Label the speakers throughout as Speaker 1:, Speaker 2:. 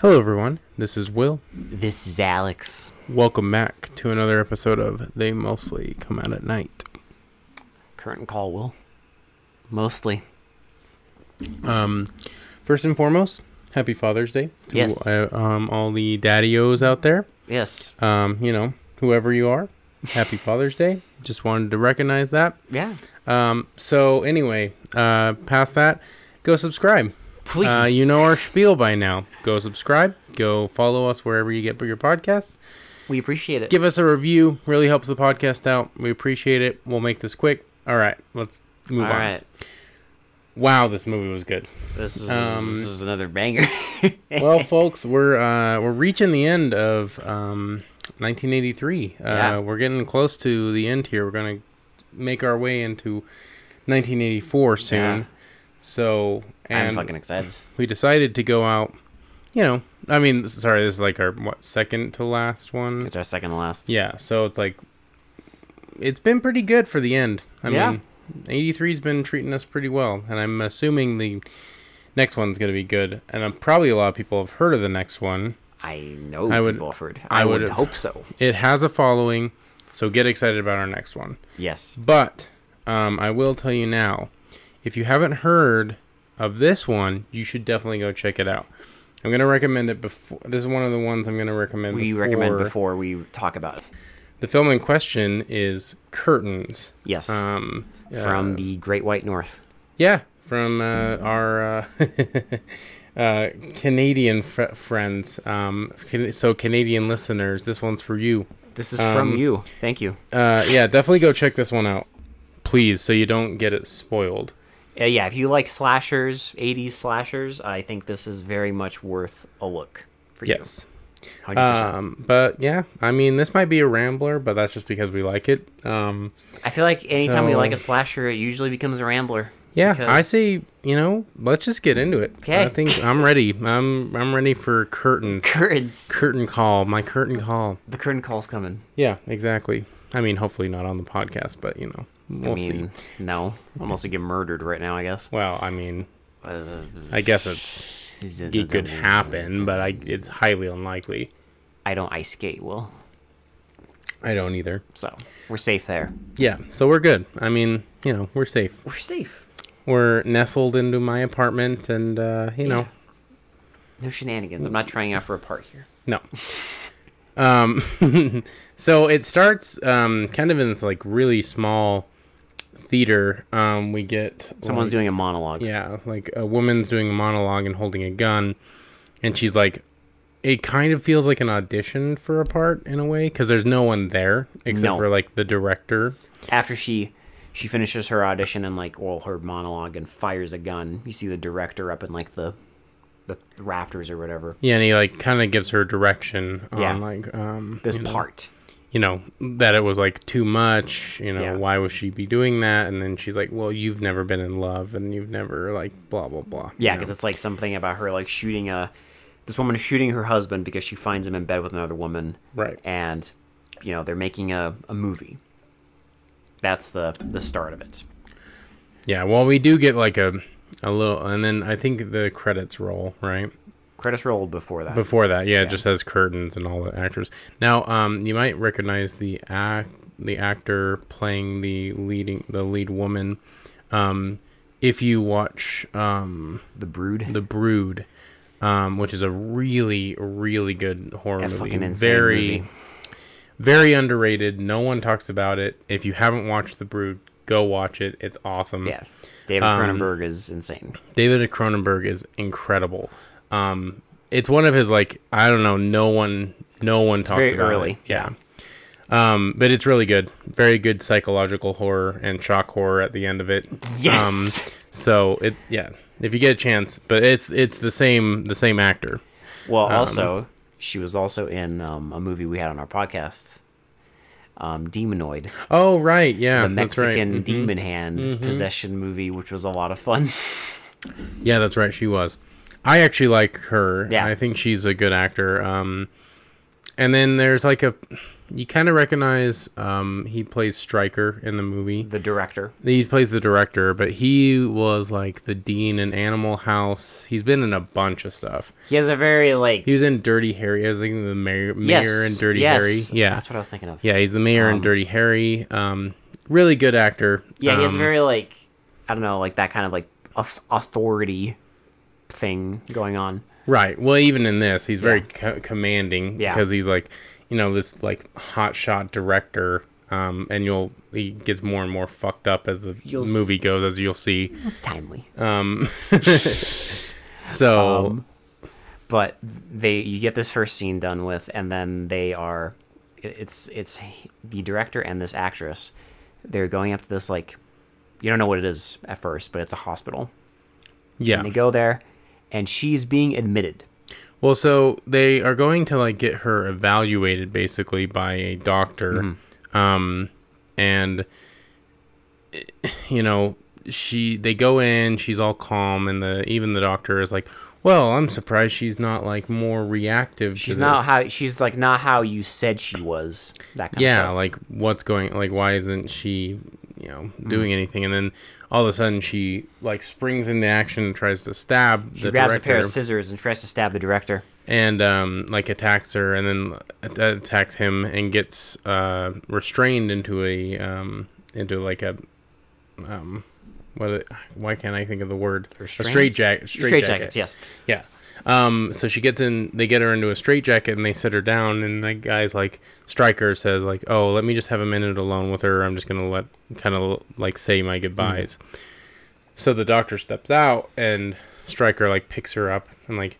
Speaker 1: Hello, everyone. This is Will.
Speaker 2: This is Alex.
Speaker 1: Welcome back to another episode of They Mostly Come Out at Night.
Speaker 2: Current call, Will. Mostly.
Speaker 1: Um, first and foremost, happy Father's Day to
Speaker 2: Yes.
Speaker 1: uh, um, all the daddy-os out there.
Speaker 2: Yes.
Speaker 1: Um, you know, whoever you are, happy Father's Day. Just wanted to recognize that.
Speaker 2: Yeah.
Speaker 1: Um, so, anyway, uh, past that, go subscribe.
Speaker 2: Please.
Speaker 1: Uh, you know our spiel by now. Go subscribe. Go follow us wherever you get your podcasts.
Speaker 2: We appreciate it.
Speaker 1: Give us a review. Really helps the podcast out. We appreciate it. We'll make this quick. All right, let's move
Speaker 2: All
Speaker 1: on.
Speaker 2: right.
Speaker 1: Wow, this movie was good.
Speaker 2: This was,
Speaker 1: Um,
Speaker 2: this was another banger.
Speaker 1: Well, folks, we're uh, we're reaching the end of um, 1983. Uh,
Speaker 2: Yeah.
Speaker 1: We're getting close to the end here. We're gonna make our way into 1984 soon.
Speaker 2: Yeah.
Speaker 1: So,
Speaker 2: I'm
Speaker 1: and
Speaker 2: fucking excited.
Speaker 1: we decided to go out. You know, I mean, sorry, this is like our what second to last one.
Speaker 2: It's our second to last.
Speaker 1: Yeah, so it's like it's been pretty good for the end. I
Speaker 2: Yeah.
Speaker 1: mean, 83's been treating us pretty well, and I'm assuming the next one's going to be good. And I'm probably a lot of people have heard of the next one.
Speaker 2: I know
Speaker 1: I
Speaker 2: I
Speaker 1: would-
Speaker 2: would, offered.
Speaker 1: I
Speaker 2: I, would
Speaker 1: would've-
Speaker 2: hope so.
Speaker 1: It has a following, so get excited about our next one.
Speaker 2: Yes.
Speaker 1: But um, I will tell you now, if you haven't heard of this one, you should definitely go check it out. I'm going to recommend it before. This is one of the ones I'm going to recommend.
Speaker 2: We recommend before we talk about it.
Speaker 1: The film in question is Curtains.
Speaker 2: Yes.
Speaker 1: Um,
Speaker 2: From
Speaker 1: uh,
Speaker 2: the Great White North.
Speaker 1: Yeah, from uh, our uh, uh, Canadian fr- friends. Um, can- so Canadian listeners, this one's for you.
Speaker 2: This is from
Speaker 1: um,
Speaker 2: you. Thank you.
Speaker 1: Uh, yeah, definitely go check this one out, please, so you don't get it spoiled.
Speaker 2: Uh, yeah, if you like slashers, 80s slashers, I think this is very much worth a look for
Speaker 1: Yes.
Speaker 2: you. 100%.
Speaker 1: Um, but yeah, I mean, this might be a rambler, but that's just because we like it. Um,
Speaker 2: I feel like anytime we
Speaker 1: so-
Speaker 2: like a slasher, it usually becomes a rambler.
Speaker 1: yeah, I
Speaker 2: Because-
Speaker 1: say you know, let's just get into it. I
Speaker 2: Okay.
Speaker 1: think I'm ready. I'm I'm ready for curtains.
Speaker 2: Curtains.
Speaker 1: curtain call. My curtain call.
Speaker 2: The curtain call's coming.
Speaker 1: Yeah, exactly. I mean, hopefully not on the podcast, but you know, we'll
Speaker 2: I mean,
Speaker 1: see.
Speaker 2: no. I'm also get murdered right now, I guess.
Speaker 1: Well, I mean,
Speaker 2: Uh,
Speaker 1: I guess it's it could happen, but I it's highly unlikely.
Speaker 2: I don't ice skate, Will.
Speaker 1: I don't either.
Speaker 2: So we're safe there.
Speaker 1: Yeah, so we're good. I mean, you know, we're safe.
Speaker 2: We're safe.
Speaker 1: We're nestled into my apartment, and uh, you know,
Speaker 2: No shenanigans. I'm not trying out for a part here.
Speaker 1: No. Um, so it starts um, kind of in this like really small theater. Um, we get
Speaker 2: Someone's
Speaker 1: like,
Speaker 2: doing a monologue.
Speaker 1: yeah, like a woman's doing a monologue and holding a gun, and she's like, it kind of feels like an audition for a part in a way because there's no one there except
Speaker 2: No.
Speaker 1: for like the director.
Speaker 2: After she she finishes her audition and like oral her monologue and fires a gun, you see the director up in like the the rafters or whatever.
Speaker 1: Yeah, and he like kind of gives her direction on
Speaker 2: Yeah.
Speaker 1: like um
Speaker 2: This
Speaker 1: you know,
Speaker 2: part.
Speaker 1: you know that it was like too much you know
Speaker 2: Yeah.
Speaker 1: why would she be doing that and then she's like well you've never been in love and you've never like blah blah blah you
Speaker 2: Yeah,
Speaker 1: know?
Speaker 2: because it's like something about her like shooting a this woman is shooting her husband because she finds him in bed with another woman.
Speaker 1: Right.
Speaker 2: And you know, they're making a, a movie. That's the the start of it.
Speaker 1: yeah well we do get like a a little and then i think the credits roll right
Speaker 2: Credits rolled before that.
Speaker 1: before that yeah, it just has curtains and all the actors now um you might recognize the act the actor playing the leading the lead woman um if you watch um
Speaker 2: the brood.
Speaker 1: The Brood, um, which is a really, really good horror
Speaker 2: That
Speaker 1: movie.
Speaker 2: fucking insane
Speaker 1: very,
Speaker 2: movie.
Speaker 1: very underrated. No one talks about it. If you haven't watched The Brood, go watch it. It's awesome.
Speaker 2: yeah. David
Speaker 1: Um,
Speaker 2: Cronenberg is insane.
Speaker 1: David Cronenberg is incredible. Um, it's one of his like I don't know. No one, no one talks
Speaker 2: very
Speaker 1: about
Speaker 2: early.
Speaker 1: it. Yeah. Um, but it's really good. Very good psychological horror and shock horror at the end of it. Um,
Speaker 2: Yes.
Speaker 1: So it yeah. If you get a chance, but it's it's the same the same actor. um,
Speaker 2: well, also she was also in um, a movie we had on our podcast. Um, Demonoid,
Speaker 1: Oh right, yeah,
Speaker 2: the
Speaker 1: that's right.
Speaker 2: Mexican
Speaker 1: Mhm.
Speaker 2: demon hand possession movie, which was a lot of fun.
Speaker 1: Yeah, that's right. She was. I actually like her.
Speaker 2: Yeah.
Speaker 1: I think she's a good actor. Um, and then there's like a, you kind of recognize um, he plays Striker in the movie.
Speaker 2: The director.
Speaker 1: He plays the director, but he was like the dean in Animal House. He's been in a bunch of stuff.
Speaker 2: He has a very like.
Speaker 1: He was in Dirty Harry. I was thinking of the mayor,
Speaker 2: yes,
Speaker 1: mayor in Dirty
Speaker 2: yes,
Speaker 1: Harry. Yeah,
Speaker 2: that's what I was thinking of.
Speaker 1: yeah, he's the mayor in
Speaker 2: Um,
Speaker 1: Dirty Harry. Um, really good actor.
Speaker 2: Yeah, he has
Speaker 1: Um,
Speaker 2: very like I don't know, like that kind of like aus- authority thing going on.
Speaker 1: Right. Well, even in this, he's very
Speaker 2: Yeah.
Speaker 1: co- commanding
Speaker 2: Yeah.
Speaker 1: because he's like, you know, this like hotshot director. Um, and you'll he gets more and more fucked up as the
Speaker 2: You'll s-
Speaker 1: movie goes, as you'll see.
Speaker 2: It's timely,
Speaker 1: Um, so
Speaker 2: Um, but they you get this first scene done with, and then they are it- it's it's the director and this actress. They're going up to this like you don't know what it is at first, but it's a hospital.
Speaker 1: yeah.
Speaker 2: And they go there, and she's being admitted.
Speaker 1: Well, so they are going to like get her evaluated basically by a doctor,
Speaker 2: Mm-hmm.
Speaker 1: um, and you know she they go in, she's all calm, and the even the doctor is like, "Well, I'm surprised she's not like more reactive."
Speaker 2: She's
Speaker 1: to
Speaker 2: not
Speaker 1: this."
Speaker 2: how she's like not how you said she was. That kind
Speaker 1: yeah,
Speaker 2: of stuff.
Speaker 1: like what's going like why isn't she you know
Speaker 2: Mm-hmm.
Speaker 1: doing anything? And then all of a sudden she like springs into action and tries to stab
Speaker 2: she grabs a pair of scissors and tries to stab the director.
Speaker 1: and um, like attacks her and then at- attacks him and gets uh, restrained into a um, into like a um, what it- why can't I think of the word a straight jacket straight jacket
Speaker 2: Yes.
Speaker 1: yeah um, so she gets in they get her into a straight jacket and they sit her down and the guy's like striker says like oh let me just have a minute alone with her I'm just gonna let kind of like say my goodbyes
Speaker 2: Mm-hmm.
Speaker 1: so the doctor steps out and Stryker like picks her up and like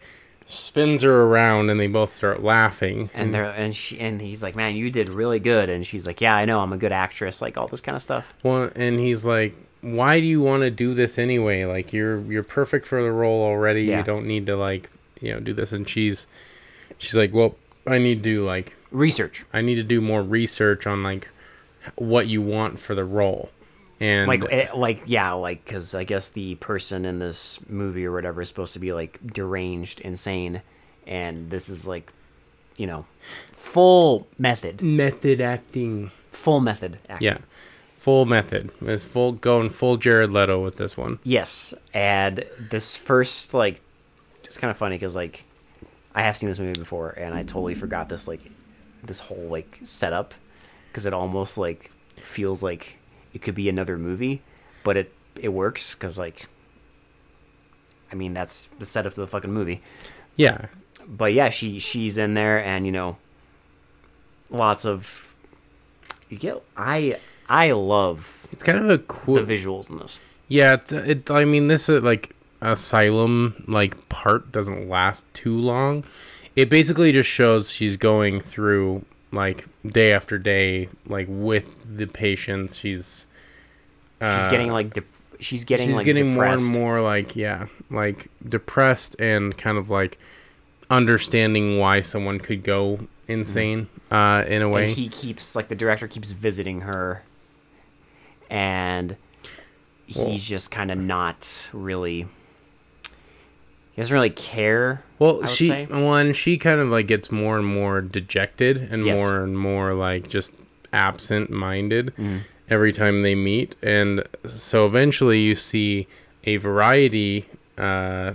Speaker 1: spins her around and they both start laughing.
Speaker 2: And they're and she and he's like, man, you did really good. And she's like, yeah, I know, I'm a good actress, like all this kind of stuff.
Speaker 1: well, and he's like, "Why do you want to do this anyway? Like you're you're perfect for the role already.
Speaker 2: Yeah.
Speaker 1: You don't need to like, you know, do this." And she's she's like, "Well, I need to like
Speaker 2: Research,
Speaker 1: I need to do more research on like what you want for the role." And
Speaker 2: like, eh, like yeah, like because I guess the person in this movie or whatever is supposed to be like deranged, insane, and this is like, you know, full method,
Speaker 1: method acting.
Speaker 2: full method. Acting.
Speaker 1: Yeah. Full method. It's full going full Jared Leto with this one.
Speaker 2: Yes, and this first like, it's kind of funny because like, I have seen this movie before, and I totally forgot this like, this whole like setup, because it almost like feels like it could be another movie, but it it works because like, I mean that's the setup to the fucking movie.
Speaker 1: Yeah.
Speaker 2: But yeah, she she's in there, and you know, lots of you get I I love
Speaker 1: It's kind of a
Speaker 2: the
Speaker 1: cool
Speaker 2: visuals in this.
Speaker 1: Yeah, it's, it. I mean, this uh, like asylum like part doesn't last too long. It basically just shows she's going through like day after day, like with the patients. She's
Speaker 2: she's getting like dep she's
Speaker 1: Uh,
Speaker 2: getting
Speaker 1: she's
Speaker 2: like
Speaker 1: getting
Speaker 2: depressed.
Speaker 1: more and more like yeah, like depressed and kind of like understanding why someone could go insane uh, in a way.
Speaker 2: Mm-hmm. And he keeps like the director keeps visiting her, and he's
Speaker 1: Well-
Speaker 2: just kind of not really. He doesn't really care. I
Speaker 1: Well,
Speaker 2: would
Speaker 1: she
Speaker 2: say.
Speaker 1: one she kind of like gets more and more dejected and
Speaker 2: Yes.
Speaker 1: more and more like just absent minded
Speaker 2: Mm-hmm.
Speaker 1: every time they meet, and so eventually you see a variety uh,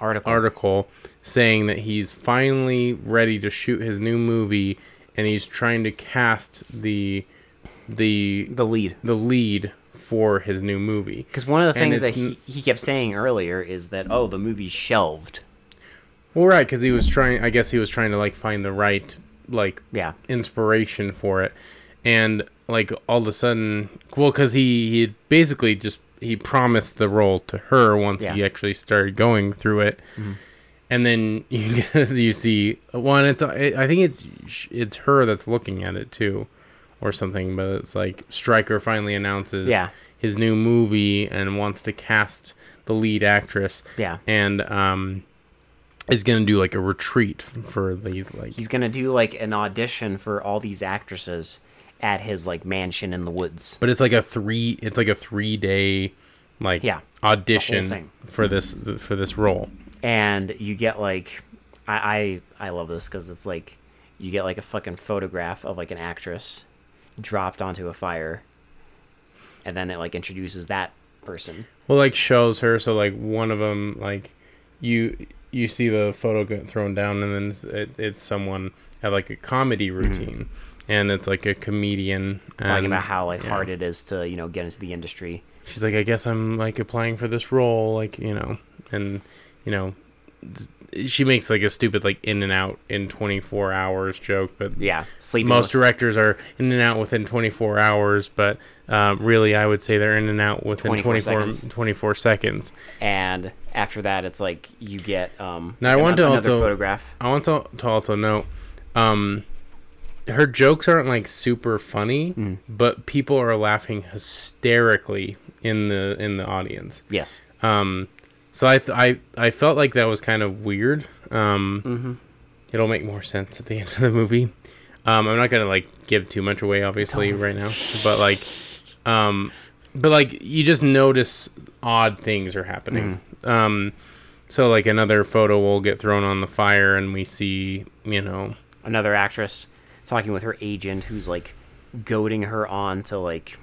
Speaker 2: article.
Speaker 1: article saying that he's finally ready to shoot his new movie, and he's trying to cast the the
Speaker 2: the lead.
Speaker 1: the lead for his new movie.
Speaker 2: Because one of the
Speaker 1: And
Speaker 2: things that
Speaker 1: it's n-
Speaker 2: he, he kept saying earlier is that oh the movie's shelved.
Speaker 1: Well, right, because he was trying. I guess he was trying to like find the right like
Speaker 2: Yeah.
Speaker 1: inspiration for it and like all of a sudden well because he he had basically just he promised the role to her once
Speaker 2: Yeah. Mm-hmm.
Speaker 1: he actually started going through it and then you get- you see one it's i think it's it's her that's looking at it too or something but it's like striker finally announces
Speaker 2: Yeah.
Speaker 1: his new movie and wants to cast the lead actress
Speaker 2: Yeah.
Speaker 1: and um is gonna do like a retreat for these like
Speaker 2: He's gonna do like an audition for all these actresses at his like mansion in the woods.
Speaker 1: but it's like a three it's like a three day like
Speaker 2: Yeah,
Speaker 1: audition
Speaker 2: thing.
Speaker 1: for this for this role
Speaker 2: and you get like I I, I love this because it's like you get like a fucking photograph of like an actress dropped onto a fire, and then it like introduces that person.
Speaker 1: Well, like shows her. So like one of them, like you you see the photo get thrown down, and then it's, it, it's someone at like a comedy routine, and it's like a comedian
Speaker 2: Mm-hmm. Talking
Speaker 1: and
Speaker 2: about how like
Speaker 1: Um, yeah.
Speaker 2: hard it is to you know get into the industry.
Speaker 1: She's like, I guess I'm like applying for this role, like you know, and you know, s- she makes like a stupid like in and out in 24 hours joke, but
Speaker 2: Yeah, sleeping.
Speaker 1: most
Speaker 2: with
Speaker 1: directors are in and out within 24 hours, but um, really, I would say they're in and out within
Speaker 2: 24
Speaker 1: 24 24
Speaker 2: seconds.
Speaker 1: seconds.
Speaker 2: and after that, it's like you get um.
Speaker 1: Now, I wanted to
Speaker 2: another
Speaker 1: also-
Speaker 2: photograph.
Speaker 1: I want to, to also note, um, her jokes aren't like super funny, but people are laughing hysterically in the in the audience.
Speaker 2: Yes.
Speaker 1: Um, so I, th- I I felt like that was kind of weird. Um, It'll make more sense at the end of the movie. Um, I'm not gonna like give too much away, obviously, right now. But like, um, but like you just notice odd things are happening. Um, so like another photo will get thrown on the fire, and we see you know
Speaker 2: another actress talking with her agent who's like goading her on to like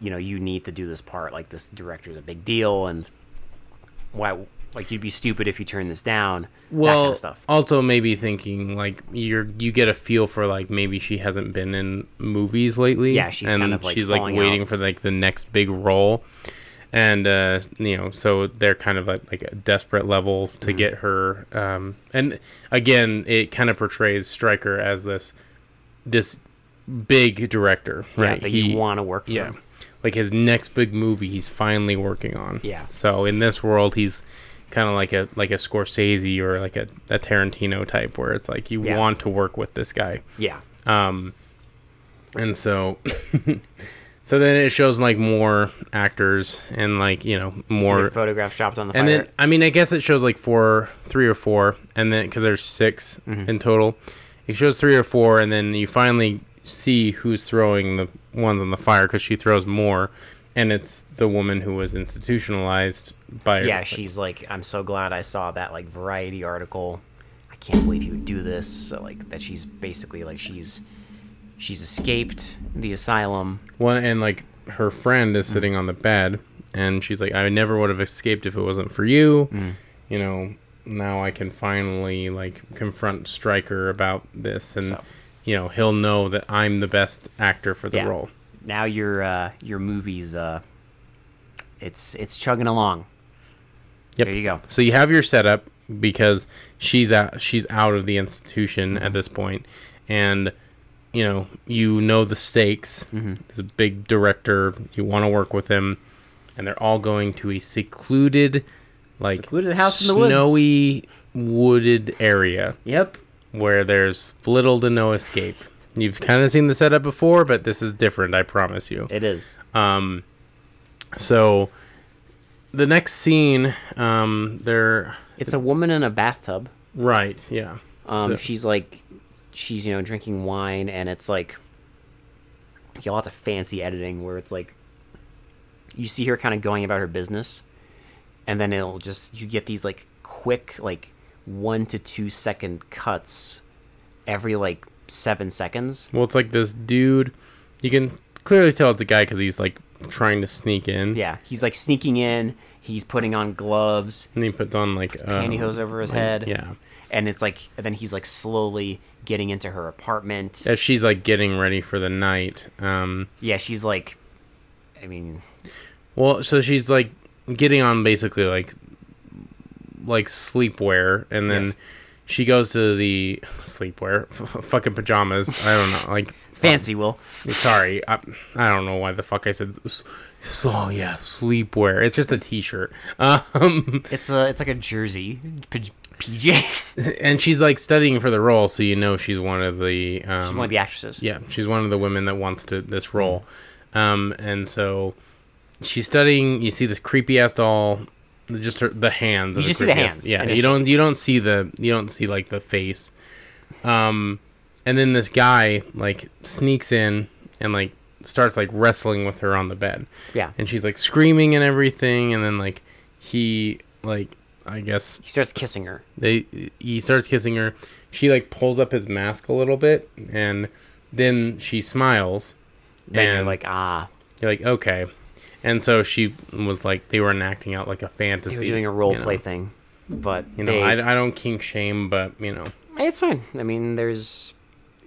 Speaker 2: you know you need to do this part like this director's a big deal and why like you'd be stupid if you turn this down that
Speaker 1: well uh,
Speaker 2: kind of stuff
Speaker 1: also maybe thinking like you're you get a feel for like maybe she hasn't been in movies lately
Speaker 2: Yeah, she's
Speaker 1: and
Speaker 2: kind of, like,
Speaker 1: she's like
Speaker 2: falling
Speaker 1: waiting
Speaker 2: out.
Speaker 1: for like the next big role and uh you know so they're kind of at like a desperate level to
Speaker 2: Mm-hmm.
Speaker 1: get her um and again it kind of portrays Stryker as this this big director
Speaker 2: yeah,
Speaker 1: right
Speaker 2: that
Speaker 1: He-
Speaker 2: you want to work for
Speaker 1: yeah
Speaker 2: him.
Speaker 1: like his next big movie he's finally working on
Speaker 2: Yeah.
Speaker 1: so in this world he's kind of like a like a scorsese or like a, a tarantino type where it's like you
Speaker 2: Yeah.
Speaker 1: want to work with this guy
Speaker 2: yeah
Speaker 1: and so so then it shows like more actors and like you know
Speaker 2: or
Speaker 1: more
Speaker 2: photograph shopped on the
Speaker 1: and
Speaker 2: fire
Speaker 1: then I mean, I guess it shows like four, three or four, and then because there's 6
Speaker 2: Mm-hmm.
Speaker 1: in total, it shows three or four, and then you finally see who's throwing the ones on the fire because she throws more, and it's the woman who was institutionalized by
Speaker 2: yeah she's like i'm so glad i saw that like variety article i can't believe you would do this so like that she's basically like she's she's escaped the asylum
Speaker 1: Well, and like her friend
Speaker 2: Mm.
Speaker 1: is sitting on the bed, and she's like, "I never would have escaped if it wasn't for you."
Speaker 2: Mm.
Speaker 1: You know, now I can finally like confront Stryker about this, and
Speaker 2: So.
Speaker 1: you know he'll know that I'm the best actor for the
Speaker 2: Yeah.
Speaker 1: role.
Speaker 2: Now your uh, your movie's uh, it's it's chugging along.
Speaker 1: Yep.
Speaker 2: There you go.
Speaker 1: So you have your setup because she's out, she's out of the institution
Speaker 2: Mm-hmm.
Speaker 1: at this point, and you know you know the stakes.
Speaker 2: Mm-hmm.
Speaker 1: He's a big director. You want to work with him, and they're all going to a secluded, like
Speaker 2: Secluded house in the woods.
Speaker 1: snowy wooded area
Speaker 2: Yep.
Speaker 1: where there's little to no escape. You've kind of seen the setup before, but this is different. I promise you. Um,
Speaker 2: It is.
Speaker 1: So the next scene, um, they're
Speaker 2: It's a woman in a bathtub.
Speaker 1: right. Yeah.
Speaker 2: Um,
Speaker 1: So-
Speaker 2: she's like, she's you know drinking wine, and it's like, you have lots of fancy editing where it's like, you see her kind of going about her business, and then it'll just you get these like quick like one to two second cuts, every like seven seconds.
Speaker 1: Well, it's like this dude. You can clearly tell it's a guy because he's like trying to sneak in.
Speaker 2: Yeah, he's like sneaking in. He's putting on gloves,
Speaker 1: And he puts on like um,
Speaker 2: pantyhose over his head.
Speaker 1: Yeah.
Speaker 2: and it's like and then he's like slowly getting into her apartment. Yeah,
Speaker 1: As she's like getting ready for the night. Um.
Speaker 2: she's like, I mean,
Speaker 1: Well, so she's like getting on basically like like sleepwear, and then
Speaker 2: Yes.
Speaker 1: she goes to the sleepwear, f- fucking pajamas. I don't know, like.
Speaker 2: fancy
Speaker 1: Um,
Speaker 2: Will.
Speaker 1: Sorry, I, I don't know why the fuck I said. s- So yeah, sleepwear. It's just a t-shirt. Um,
Speaker 2: It's a it's like a jersey P- PJ.
Speaker 1: and she's like studying for the role, so you know she's one of the um,
Speaker 2: One of the Mm-hmm. actresses.
Speaker 1: Yeah, she's one of the women that wants to this role, um, and so she's studying. You see this creepy ass doll, just her, the hands. of
Speaker 2: You just see the
Speaker 1: creepy-ass-
Speaker 2: hands
Speaker 1: Yeah,
Speaker 2: initially.
Speaker 1: you don't you don't see the you don't see like the face, um, and then this guy like sneaks in and like starts like wrestling with her on the bed
Speaker 2: yeah.
Speaker 1: and she's like screaming and everything and then like he like I guess
Speaker 2: He starts kissing her.
Speaker 1: they he starts kissing her. She like pulls up his mask a little bit, and then she smiles.
Speaker 2: Then you're
Speaker 1: And-
Speaker 2: like, ah,
Speaker 1: You're like, okay. And so she was like, they were enacting out like a
Speaker 2: they
Speaker 1: fantasy.
Speaker 2: were doing a role
Speaker 1: you know.
Speaker 2: play thing. But
Speaker 1: You know,
Speaker 2: they, Eh,
Speaker 1: I, I don't kink shame, but you know,
Speaker 2: it's fine. I mean, there's,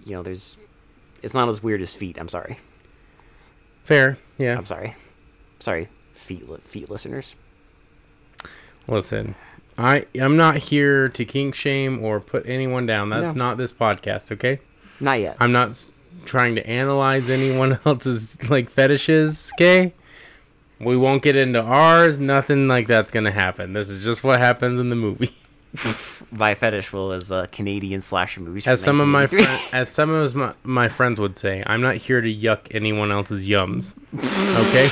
Speaker 2: you know, there's, it's not as weird as feet. I'm sorry.
Speaker 1: fair. Yeah.
Speaker 2: I'm sorry. Sorry, feet, li- feet listeners.
Speaker 1: Listen, I I'm not here to kink shame or put anyone down. That's
Speaker 2: No.
Speaker 1: not this podcast, okay?
Speaker 2: Not yet.
Speaker 1: I'm not s- trying to analyze anyone else's like fetishes, okay? We won't get into ours. Nothing like that's gonna happen. This is just what happens in the movie.
Speaker 2: My fetish will is uh, Canadian slasher movies.
Speaker 1: As
Speaker 2: from
Speaker 1: some of my
Speaker 2: 1983.
Speaker 1: fri as some of my, my friends would say, I'm not here to yuck anyone else's yums. Okay?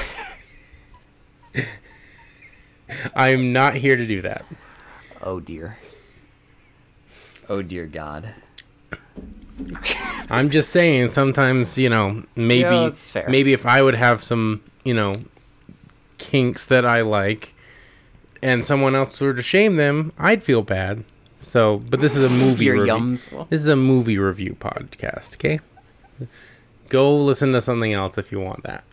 Speaker 1: I'm not here to do that.
Speaker 2: oh dear. Oh dear God.
Speaker 1: I'm just saying sometimes, you know, maybe
Speaker 2: Yeah, that's fair.
Speaker 1: maybe if I would have some, you know, kinks that I like and someone else were to shame them, I'd feel bad. So, but this is a movie
Speaker 2: Your
Speaker 1: review.
Speaker 2: yums. Well,
Speaker 1: This is a movie review podcast, okay? Go listen to something else if you want that.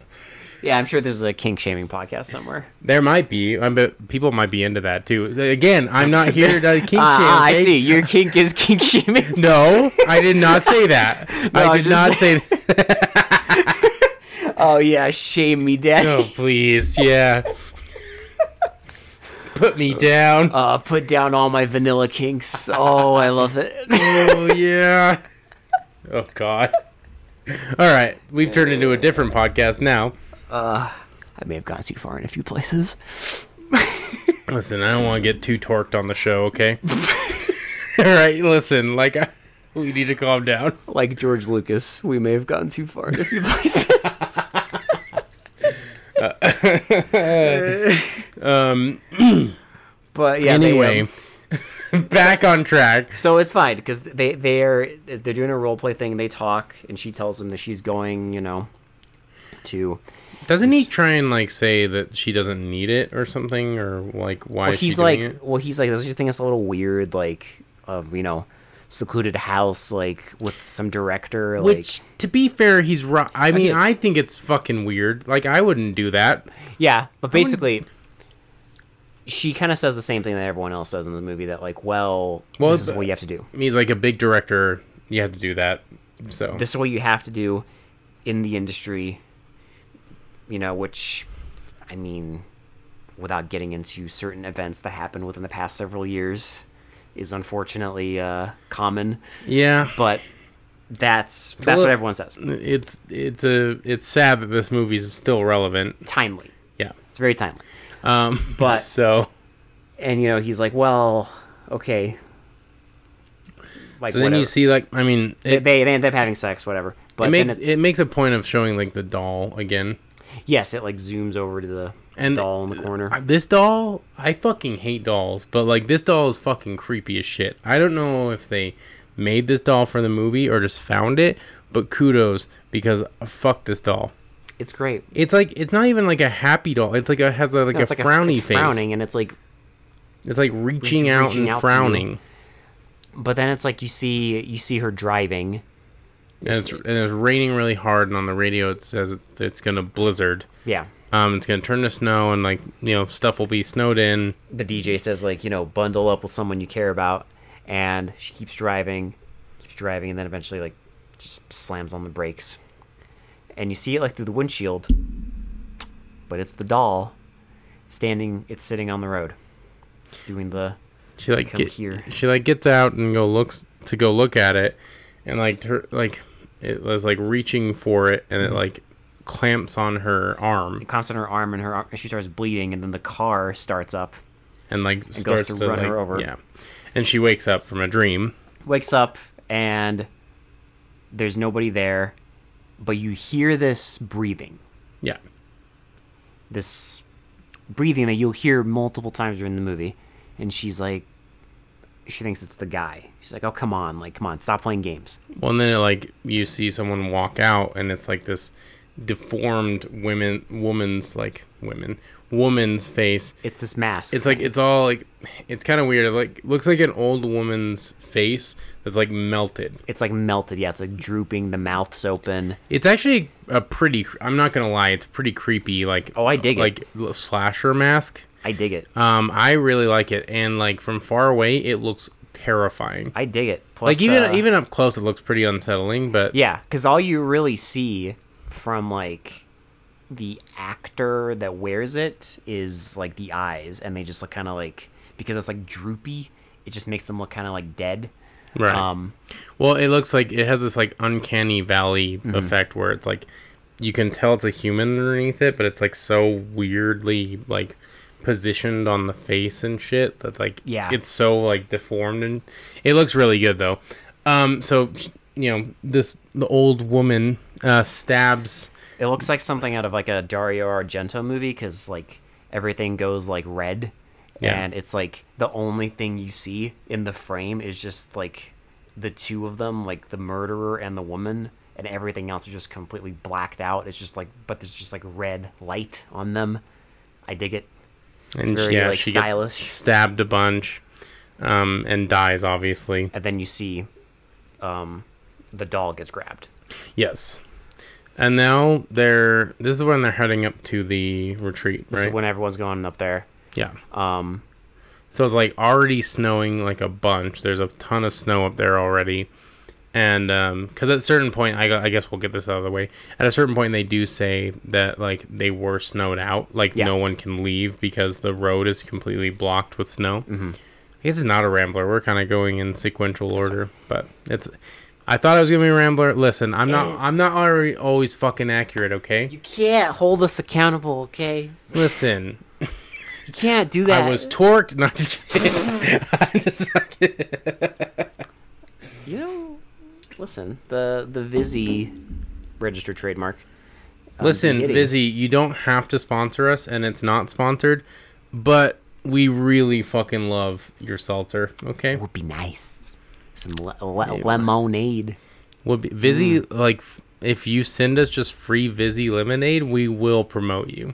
Speaker 2: yeah, I'm sure there's a kink shaming podcast somewhere.
Speaker 1: There might be. I bet people might be into that too. Again, I'm not here to kink shame.
Speaker 2: Ah, I
Speaker 1: okay?
Speaker 2: see. Your kink is kink shaming.
Speaker 1: No, I did not say that.
Speaker 2: I
Speaker 1: I
Speaker 2: was
Speaker 1: did
Speaker 2: just
Speaker 1: not say.
Speaker 2: oh yeah, shame me, Daddy.
Speaker 1: No, Oh, please, yeah. Put me down.
Speaker 2: Uh, put down all my vanilla kinks. Oh, I love it.
Speaker 1: oh yeah. Oh god. All right, we've turned into a different podcast now.
Speaker 2: I may have gone too far in a few places.
Speaker 1: Listen, I don't want to get too torqued on the show, okay? All right, listen, like I, we need to calm down.
Speaker 2: Like George Lucas, we may have gone too far in a few places.
Speaker 1: Um
Speaker 2: but yeah, they, um,
Speaker 1: anyway, back on track.
Speaker 2: So it's fine because they they're they're doing a role play thing. They talk, and she tells him that she's going, you know, to.
Speaker 1: Doesn't he try and like say that she doesn't need it or something or like why
Speaker 2: Well,
Speaker 1: is she
Speaker 2: he's
Speaker 1: doing
Speaker 2: like,
Speaker 1: it?
Speaker 2: well, he's like, there's this thing that's a little weird, like of you know, secluded house, like with some director,
Speaker 1: Which, to be fair, he's right. I mean,
Speaker 2: guess-
Speaker 1: I think it's fucking weird. Like, I wouldn't do that.
Speaker 2: like yeah. But basically, she kind of says the same thing that everyone else says in the movie. That like, well,
Speaker 1: Well,
Speaker 2: this is
Speaker 1: the-
Speaker 2: what you have to do.
Speaker 1: He's like a big director. You have to do that. So
Speaker 2: This is what you have to do in the industry. You know, which, I mean, without getting into certain events that happened within the past several years, is unfortunately uh, common.
Speaker 1: yeah,
Speaker 2: But that's that's what
Speaker 1: little-
Speaker 2: everyone says.
Speaker 1: it's it's a it's sad that this movie's still relevant.
Speaker 2: timely.
Speaker 1: Yeah.
Speaker 2: It's very timely.
Speaker 1: Um.
Speaker 2: But-
Speaker 1: so
Speaker 2: And you know, he's like, well, okay. Like
Speaker 1: so then you
Speaker 2: whatever.
Speaker 1: see like I mean it,
Speaker 2: they they end up having sex, whatever. But
Speaker 1: it
Speaker 2: then
Speaker 1: makes
Speaker 2: it's,
Speaker 1: it makes a point of showing like the doll again.
Speaker 2: yes, it like zooms over to the
Speaker 1: And-
Speaker 2: doll in the corner.
Speaker 1: I- This doll, I fucking hate dolls, but like this doll is fucking creepy as shit. I don't know if they made this doll for the movie or just found it, but kudos because fuck this doll.
Speaker 2: it's great.
Speaker 1: It's like it's not even like a happy doll. It's like a has a, like
Speaker 2: No,
Speaker 1: a
Speaker 2: it's like a,
Speaker 1: frowny
Speaker 2: it's
Speaker 1: face.
Speaker 2: frowning, and it's like,
Speaker 1: It's like reaching
Speaker 2: It's
Speaker 1: out
Speaker 2: reaching
Speaker 1: and
Speaker 2: out to you.
Speaker 1: frowning,
Speaker 2: but then it's like you see you see her driving.
Speaker 1: and it's, and it's raining really hard. And on the radio, it says it, it's gonna blizzard.
Speaker 2: Yeah,
Speaker 1: Um, it's gonna turn to snow, and like you know, stuff will be snowed in.
Speaker 2: the DJ says like you know bundle up with someone you care about, and she keeps driving, keeps driving, and then eventually like just slams on the brakes, and you see it like through the windshield, but it's the doll standing, it's sitting on the road, doing the
Speaker 1: She like
Speaker 2: come
Speaker 1: get,
Speaker 2: here.
Speaker 1: she like gets out and go looks to go look at it, and like her like it was like reaching for it, and it like clamps on her arm
Speaker 2: it clamps on her arm, and her arm, and she starts bleeding, and then the car starts up,
Speaker 1: and like
Speaker 2: goes
Speaker 1: starts
Speaker 2: to
Speaker 1: to,
Speaker 2: run her
Speaker 1: like-
Speaker 2: over.
Speaker 1: Yeah, and she wakes up from a dream.
Speaker 2: wakes up, and there's nobody there, but you hear this breathing.
Speaker 1: Yeah,
Speaker 2: this breathing that you'll hear multiple times during the movie and she's like she thinks it's the guy she's like oh come on like come on stop playing games
Speaker 1: well, and then it like you see someone walk out, and it's like this deformed women woman's like women woman's face.
Speaker 2: It's this mask.
Speaker 1: It's like it's all like it's kind of weird. It like looks like an old woman's face that's like melted.
Speaker 2: It's like melted. Yeah, it's like drooping. The mouth's open.
Speaker 1: It's actually a pretty. I'm not gonna lie. It's pretty creepy. Like
Speaker 2: Oh, I dig it.
Speaker 1: like l- slasher mask.
Speaker 2: I dig it.
Speaker 1: Um, I really like it, and like from far away, it looks terrifying.
Speaker 2: I dig it. Plus,
Speaker 1: Like even
Speaker 2: uh,
Speaker 1: even up close, it looks pretty unsettling. But
Speaker 2: yeah, because all you really see from like the actor that wears it is like the eyes, and they just look kind of like because it's like droopy. It just makes them look kind of like dead.
Speaker 1: right.
Speaker 2: Um,
Speaker 1: well, it looks like it has this like uncanny valley
Speaker 2: Mm-hmm.
Speaker 1: effect where it's like you can tell it's a human underneath it, but it's like so weirdly like positioned on the face and shit that like
Speaker 2: Yeah.
Speaker 1: it's so like deformed and it looks really good though. Um, so you know this the old woman uh stabs.
Speaker 2: It looks like something out of like a Dario Argento movie because like everything goes like red,
Speaker 1: Yeah.
Speaker 2: and it's like the only thing you see in the frame is just like the two of them, like the murderer and the woman, and everything else is just completely blacked out. It's just like, but there's just like red light on them. I dig it.
Speaker 1: and
Speaker 2: very,
Speaker 1: yeah,
Speaker 2: like,
Speaker 1: she gets
Speaker 2: stylish.
Speaker 1: stabbed a bunch, um, and dies obviously.
Speaker 2: And then you see, um, the doll gets grabbed.
Speaker 1: Yes, and now they're this is when they're heading up to the retreat,
Speaker 2: This
Speaker 1: right?
Speaker 2: is when everyone's going up there.
Speaker 1: yeah.
Speaker 2: Um,
Speaker 1: So it's like already snowing like a bunch. There's a ton of snow up there already, and because at a certain point, I, gu- I guess we'll get this out of the way. At a certain point, they do say that like they were snowed out, like
Speaker 2: Yeah.
Speaker 1: no one can leave because the road is completely blocked with snow. Mm-hmm. I guess it's not a rambler. We're kind of going in sequential order, but it's. I thought I was gonna be a rambler. Listen, I'm not. I'm not already always fucking accurate. Okay,
Speaker 2: you can't hold us accountable, okay?
Speaker 1: listen.
Speaker 2: You can't do that.
Speaker 1: I was torqued. No, I'm just kidding. I'm just fucking.
Speaker 2: You know, listen, the the Vizzy registered trademark. um,
Speaker 1: Listen,
Speaker 2: beginning.
Speaker 1: Vizzy, you don't have to sponsor us, and it's not sponsored, but we really fucking love your seltzer. Okay,
Speaker 2: would be nice. Some le- le- lemonade.
Speaker 1: would be Vizzy
Speaker 2: Mm.
Speaker 1: like f- if you send us just free Vizzy lemonade, we will promote you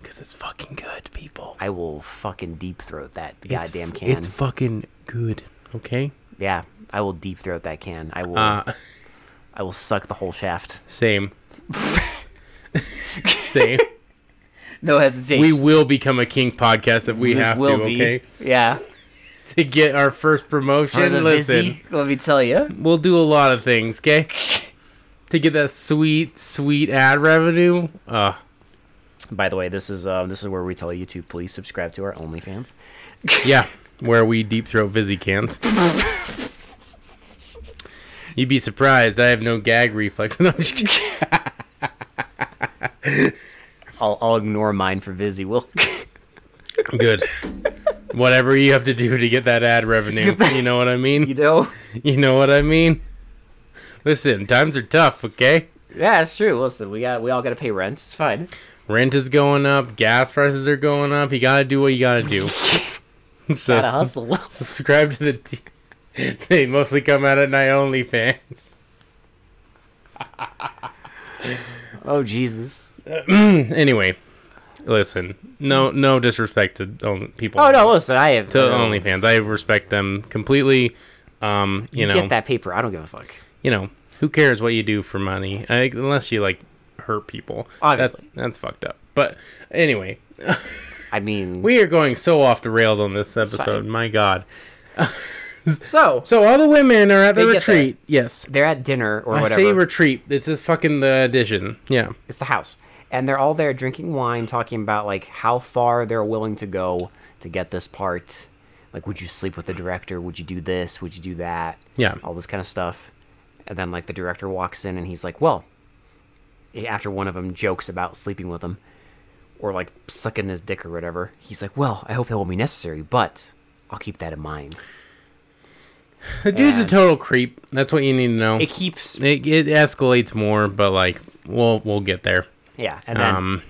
Speaker 1: because it's fucking good, people.
Speaker 2: I will fucking deep throat that
Speaker 1: It's
Speaker 2: goddamn
Speaker 1: f-
Speaker 2: can.
Speaker 1: It's fucking good. Okay.
Speaker 2: yeah, I will deep throat that can. I will.
Speaker 1: Uh,
Speaker 2: I will suck the whole shaft.
Speaker 1: same. same.
Speaker 2: No hesitation.
Speaker 1: We will become a kink podcast if we have to. Okay.
Speaker 2: Yeah.
Speaker 1: To get our first promotion,
Speaker 2: For the
Speaker 1: listen.
Speaker 2: Vizzy, let me tell you.
Speaker 1: We'll do a lot of things, okay? to get that sweet, sweet ad revenue. Uh,
Speaker 2: By the way, this is um, this is where we tell you to please subscribe to our OnlyFans.
Speaker 1: yeah, where we deep throat Vizzy cans. You'd be surprised. I have no gag reflex. No, I'm just kidding.
Speaker 2: I'll, I'll ignore mine for Vizzy. We'll
Speaker 1: Good. Whatever you have to do to get that ad revenue. You know what I
Speaker 2: you
Speaker 1: mean?
Speaker 2: know.
Speaker 1: You know what I mean? Listen, times are tough, okay?
Speaker 2: Yeah, it's true. Listen, we got we all got to pay rent. It's fine.
Speaker 1: Rent is going up, gas prices are going up. You gotta do what you gotta do. so,
Speaker 2: Gotta hustle.
Speaker 1: subscribe to the t- they mostly come out at night only fans
Speaker 2: oh Jesus!
Speaker 1: anyway listen no no disrespect to only people
Speaker 2: Oh no! Listen, I have
Speaker 1: to
Speaker 2: uh,
Speaker 1: OnlyFans, I respect them completely. Um, you, know,
Speaker 2: Get that paper. I don't give a fuck.
Speaker 1: you know, who cares what you do for money, I, unless you like hurt people.
Speaker 2: Obviously.
Speaker 1: that's that's fucked up. But anyway,
Speaker 2: I mean,
Speaker 1: we are going so off the rails on this episode.
Speaker 2: fine.
Speaker 1: My God!
Speaker 2: so
Speaker 1: So all the women are at the
Speaker 2: They get there.
Speaker 1: retreat. Yes,
Speaker 2: they're at dinner or
Speaker 1: I
Speaker 2: whatever.
Speaker 1: say retreat. It's just fucking the addition. Yeah.
Speaker 2: it's the house, and they're all there drinking wine, talking about like how far they're willing to go to get this part. Like, would you sleep with the director? Would you do this? Would you do that?
Speaker 1: Yeah.
Speaker 2: all this kind of stuff. And then like the director walks in and he's like, "Well," after one of them jokes about sleeping with him or like sucking his dick or whatever, he's like, "Well, I hope that won't be necessary, but I'll keep that in mind."
Speaker 1: The dude's a
Speaker 2: And-
Speaker 1: total creep. That's what you need to know.
Speaker 2: It
Speaker 1: It,
Speaker 2: keeps,
Speaker 1: it, escalates more, but like we'll we'll get there.
Speaker 2: yeah. And then
Speaker 1: Um,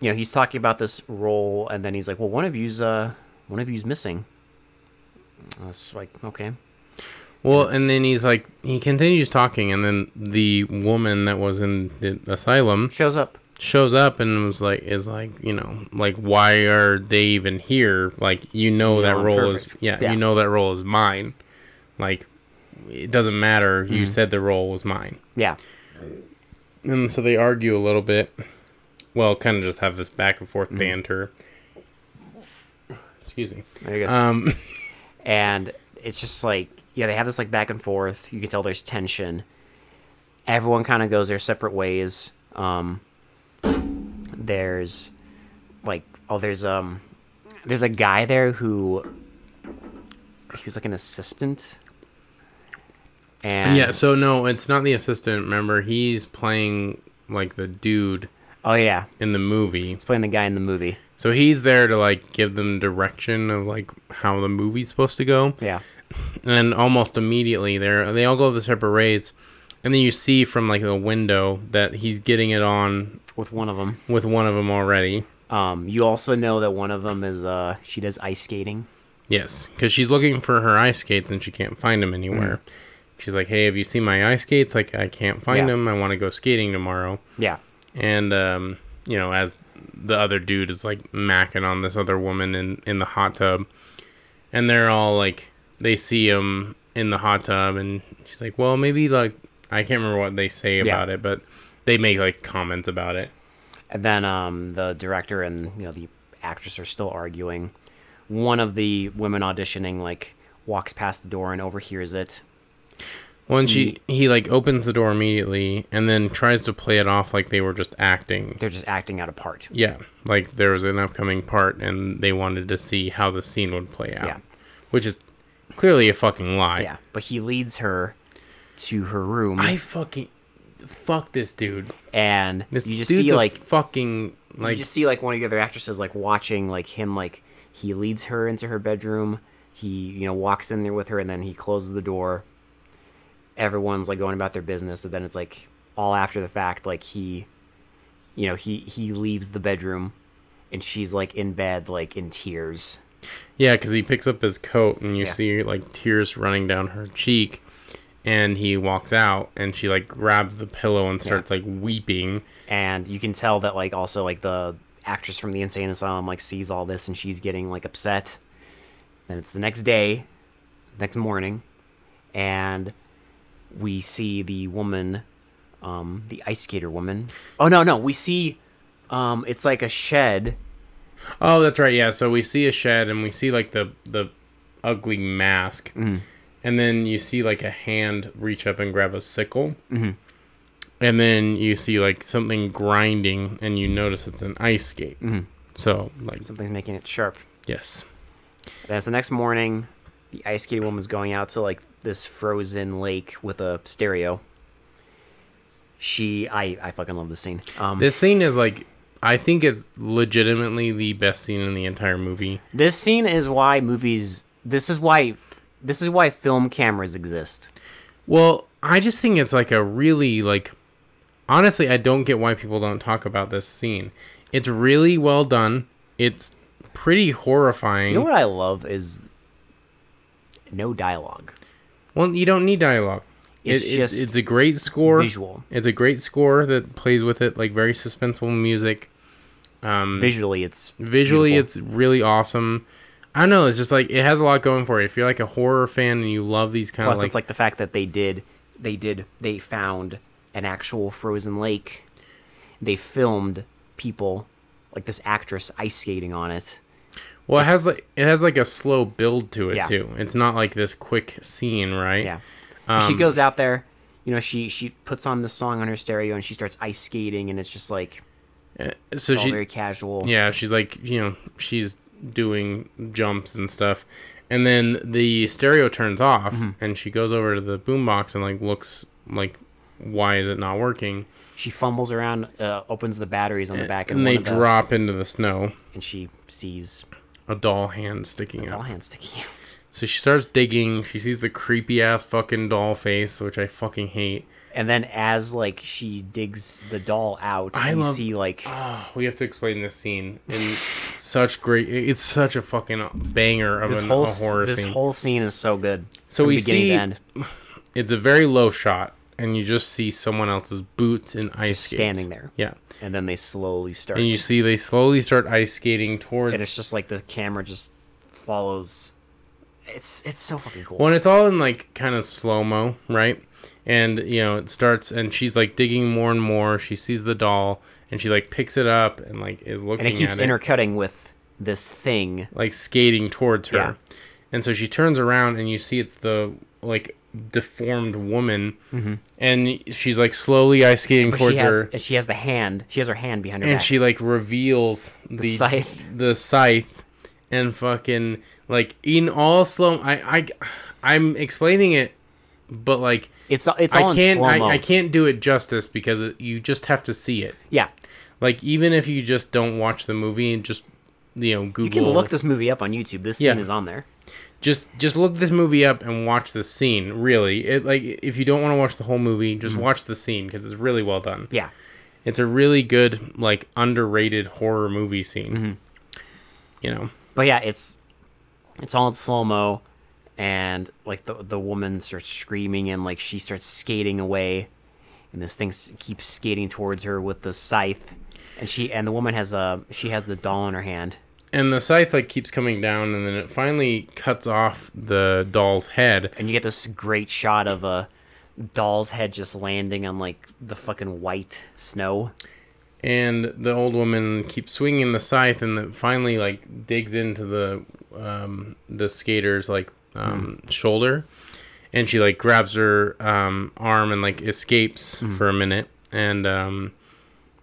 Speaker 2: you know he's talking about this role, and then he's like, "Well, one of you's uh, one of you's missing." And It's like okay,
Speaker 1: Well, and then he's like, he continues talking, and then the woman that was in the asylum
Speaker 2: Shows up.
Speaker 1: shows up and was like, is like, you know, like, why are they even here? Like, you know
Speaker 2: Yeah,
Speaker 1: that
Speaker 2: I'm
Speaker 1: role is,
Speaker 2: perfect.
Speaker 1: yeah,
Speaker 2: Yeah.
Speaker 1: you know that role is mine. Like, it doesn't matter. You
Speaker 2: Mm-hmm.
Speaker 1: said the role was mine.
Speaker 2: Yeah.
Speaker 1: And so they argue a little bit. Well, kind of just have this back and forth banter. Excuse me.
Speaker 2: Very good.
Speaker 1: Um,
Speaker 2: and it's just like yeah they have this like back and forth you can tell there's tension everyone kind of goes their separate ways um there's like oh there's um there's a guy there who he was like an assistant and
Speaker 1: yeah. So no, it's not the assistant. Remember, he's playing like the dude
Speaker 2: oh yeah
Speaker 1: in the movie.
Speaker 2: it's playing the guy in the movie
Speaker 1: So he's there to like give them direction of like how the movie's supposed to go.
Speaker 2: yeah
Speaker 1: And then almost immediately, they're they all go the separate ways. And then you see from like the window that he's getting it on
Speaker 2: with one of them
Speaker 1: with one of them already.
Speaker 2: um you also know that one of them is uh she does ice skating
Speaker 1: Yes, because she's looking for her ice skates and she can't find them anywhere. She's like, "Hey, have you seen my ice skates? Like, I can't find
Speaker 2: Yeah.
Speaker 1: them. I want to go skating tomorrow."
Speaker 2: yeah
Speaker 1: And um, you know, as the other dude is like macking on this other woman in in the hot tub, and they're all like, they see him in the hot tub, and she's like, "Well, maybe like I can't remember what they say about it, but they make like comments about it."
Speaker 2: And then um, the director and you know the actress are still arguing. One of the women auditioning like walks past the door and overhears it.
Speaker 1: When she he like opens the door immediately and then tries to play it off like they were just acting.
Speaker 2: They're just acting out a part.
Speaker 1: Yeah, like there was an upcoming part, and they wanted to see how the scene would play out,
Speaker 2: Yeah.
Speaker 1: which is clearly a fucking lie.
Speaker 2: Yeah, but he leads her to her room,
Speaker 1: I fucking fuck this dude.
Speaker 2: and
Speaker 1: This
Speaker 2: you just
Speaker 1: dude's
Speaker 2: see
Speaker 1: a
Speaker 2: like
Speaker 1: fucking like
Speaker 2: you just see like one of the other actresses like watching like him like he leads her into her bedroom. He you know walks in there with her, and then he closes the door. Everyone's like going about their business, and then it's like all after the fact. Like he, you know, he he leaves the bedroom, and she's like in bed, like in tears.
Speaker 1: yeah, because he picks up his coat, and you
Speaker 2: Yeah.
Speaker 1: see like tears running down her cheek, and he walks out, and she like grabs the pillow and starts like weeping.
Speaker 2: and you can tell that like also like the actress from the insane asylum like sees all this and she's getting like upset then it's the next day next morning and we see the woman um the ice skater woman oh no no we see um it's like a shed
Speaker 1: Oh, that's right. Yeah. So we see a shed and we see like the the ugly mask, and then you see like a hand reach up and grab a sickle, and then you see like something grinding, and you notice it's an ice skate. So like
Speaker 2: something's making it sharp
Speaker 1: yes,
Speaker 2: That's the next morning. The ice skating woman's going out to like this frozen lake with a stereo. She, I, I fucking love this scene. Um,
Speaker 1: this scene is like I think it's legitimately the best scene in the entire movie.
Speaker 2: This scene is why movies. This is why. This is why film cameras exist.
Speaker 1: Well, I just think it's like a really like honestly, I don't get why people don't talk about this scene. It's really well done. It's pretty horrifying.
Speaker 2: You know what I love is no dialogue.
Speaker 1: well, you don't need dialogue.
Speaker 2: It's
Speaker 1: It- it-
Speaker 2: just
Speaker 1: it's a great score.
Speaker 2: visual.
Speaker 1: It's a great score that plays with it like very suspenseful music. Mm.
Speaker 2: Visually, it's
Speaker 1: Visually,
Speaker 2: beautiful.
Speaker 1: it's really awesome. I don't know. It's just like it has a lot going for it. If you're like a horror fan and you love these kind
Speaker 2: plus
Speaker 1: of like,
Speaker 2: it's like the fact that they did they did they found an actual frozen lake. They filmed people like this actress ice skating on it.
Speaker 1: well, it has
Speaker 2: it's-
Speaker 1: like it has like a slow build to it
Speaker 2: Yeah.
Speaker 1: too. It's not like this quick scene, right?
Speaker 2: Yeah. And
Speaker 1: Um,
Speaker 2: she goes out there, you know, she she puts on this song on her stereo and she starts ice skating and it's just like
Speaker 1: So
Speaker 2: all
Speaker 1: she
Speaker 2: very casual.
Speaker 1: Yeah, she's like, you know, she's doing jumps and stuff. And then the stereo turns off
Speaker 2: Mm-hmm.
Speaker 1: and she goes over to the boombox and like looks like why is it not working?
Speaker 2: She fumbles around, uh, opens the batteries on the back, and,
Speaker 1: And
Speaker 2: one
Speaker 1: they
Speaker 2: of the-
Speaker 1: drop into the snow,
Speaker 2: and she sees
Speaker 1: a doll hand sticking
Speaker 2: doll
Speaker 1: out.
Speaker 2: hands sticking out.
Speaker 1: So she starts digging, she sees the creepy ass fucking doll face, which I fucking hate.
Speaker 2: and then as like she digs the doll out,
Speaker 1: I
Speaker 2: you
Speaker 1: love-
Speaker 2: see like
Speaker 1: Oh, we have to explain this scene in such great. It's such a fucking banger of
Speaker 2: this
Speaker 1: an,
Speaker 2: whole
Speaker 1: a
Speaker 2: s-
Speaker 1: horror
Speaker 2: this
Speaker 1: scene.
Speaker 2: whole scene is so good.
Speaker 1: So
Speaker 2: from
Speaker 1: we
Speaker 2: beginning
Speaker 1: see
Speaker 2: to end,
Speaker 1: it's a very low shot, and you just see someone else's boots and ice
Speaker 2: just
Speaker 1: skates.
Speaker 2: standing there,
Speaker 1: Yeah,
Speaker 2: and then they slowly start,
Speaker 1: and you see they slowly start ice skating towards.
Speaker 2: and it's just like the camera just follows. It's it's so fucking cool.
Speaker 1: Well, and it's all in like kind of slow mo, right? And you know, it starts, and she's like digging more and more. She sees the doll, and she like picks it up and like is looking
Speaker 2: and it keeps
Speaker 1: at it,
Speaker 2: intercutting with this thing.
Speaker 1: like skating towards her.
Speaker 2: Yeah.
Speaker 1: And so she turns around, and you see it's the like deformed woman, and she's like slowly ice skating
Speaker 2: Mm-hmm. But
Speaker 1: towards
Speaker 2: she has
Speaker 1: her,
Speaker 2: and she has the hand. She has her hand behind her
Speaker 1: and
Speaker 2: back.
Speaker 1: she like reveals the
Speaker 2: the scythe.
Speaker 1: the scythe and fucking like in all slow I I I'm explaining it but like
Speaker 2: It's it's all
Speaker 1: I
Speaker 2: in
Speaker 1: can't
Speaker 2: slow mo.
Speaker 1: I, I can't do it justice because it, you just have to see it.
Speaker 2: Yeah,
Speaker 1: Like even if you just don't watch the movie and just you know Google
Speaker 2: you can look this movie up on YouTube. This scene
Speaker 1: Yeah.
Speaker 2: is on there.
Speaker 1: just just look this movie up and watch the scene really. It like if you don't want to watch the whole movie just watch the scene because it's really well done.
Speaker 2: Mm. Yeah,
Speaker 1: It's a really good like underrated horror movie scene.
Speaker 2: Mm-hmm.
Speaker 1: You know.
Speaker 2: but yeah, it's it's all in slow mo, and like the the woman starts screaming and like she starts skating away, and this thing s- keeps skating towards her with the scythe, and she and the woman has a she has the doll in her hand.
Speaker 1: and the scythe like keeps coming down and then it finally cuts off the doll's head
Speaker 2: and you get this great shot of a doll's head just landing on like the fucking white snow.
Speaker 1: and the old woman keeps swinging the scythe and then finally like digs into the um the skater's like um
Speaker 2: Hmm.
Speaker 1: shoulder and she like grabs her um arm and like escapes
Speaker 2: Hmm.
Speaker 1: for a minute and um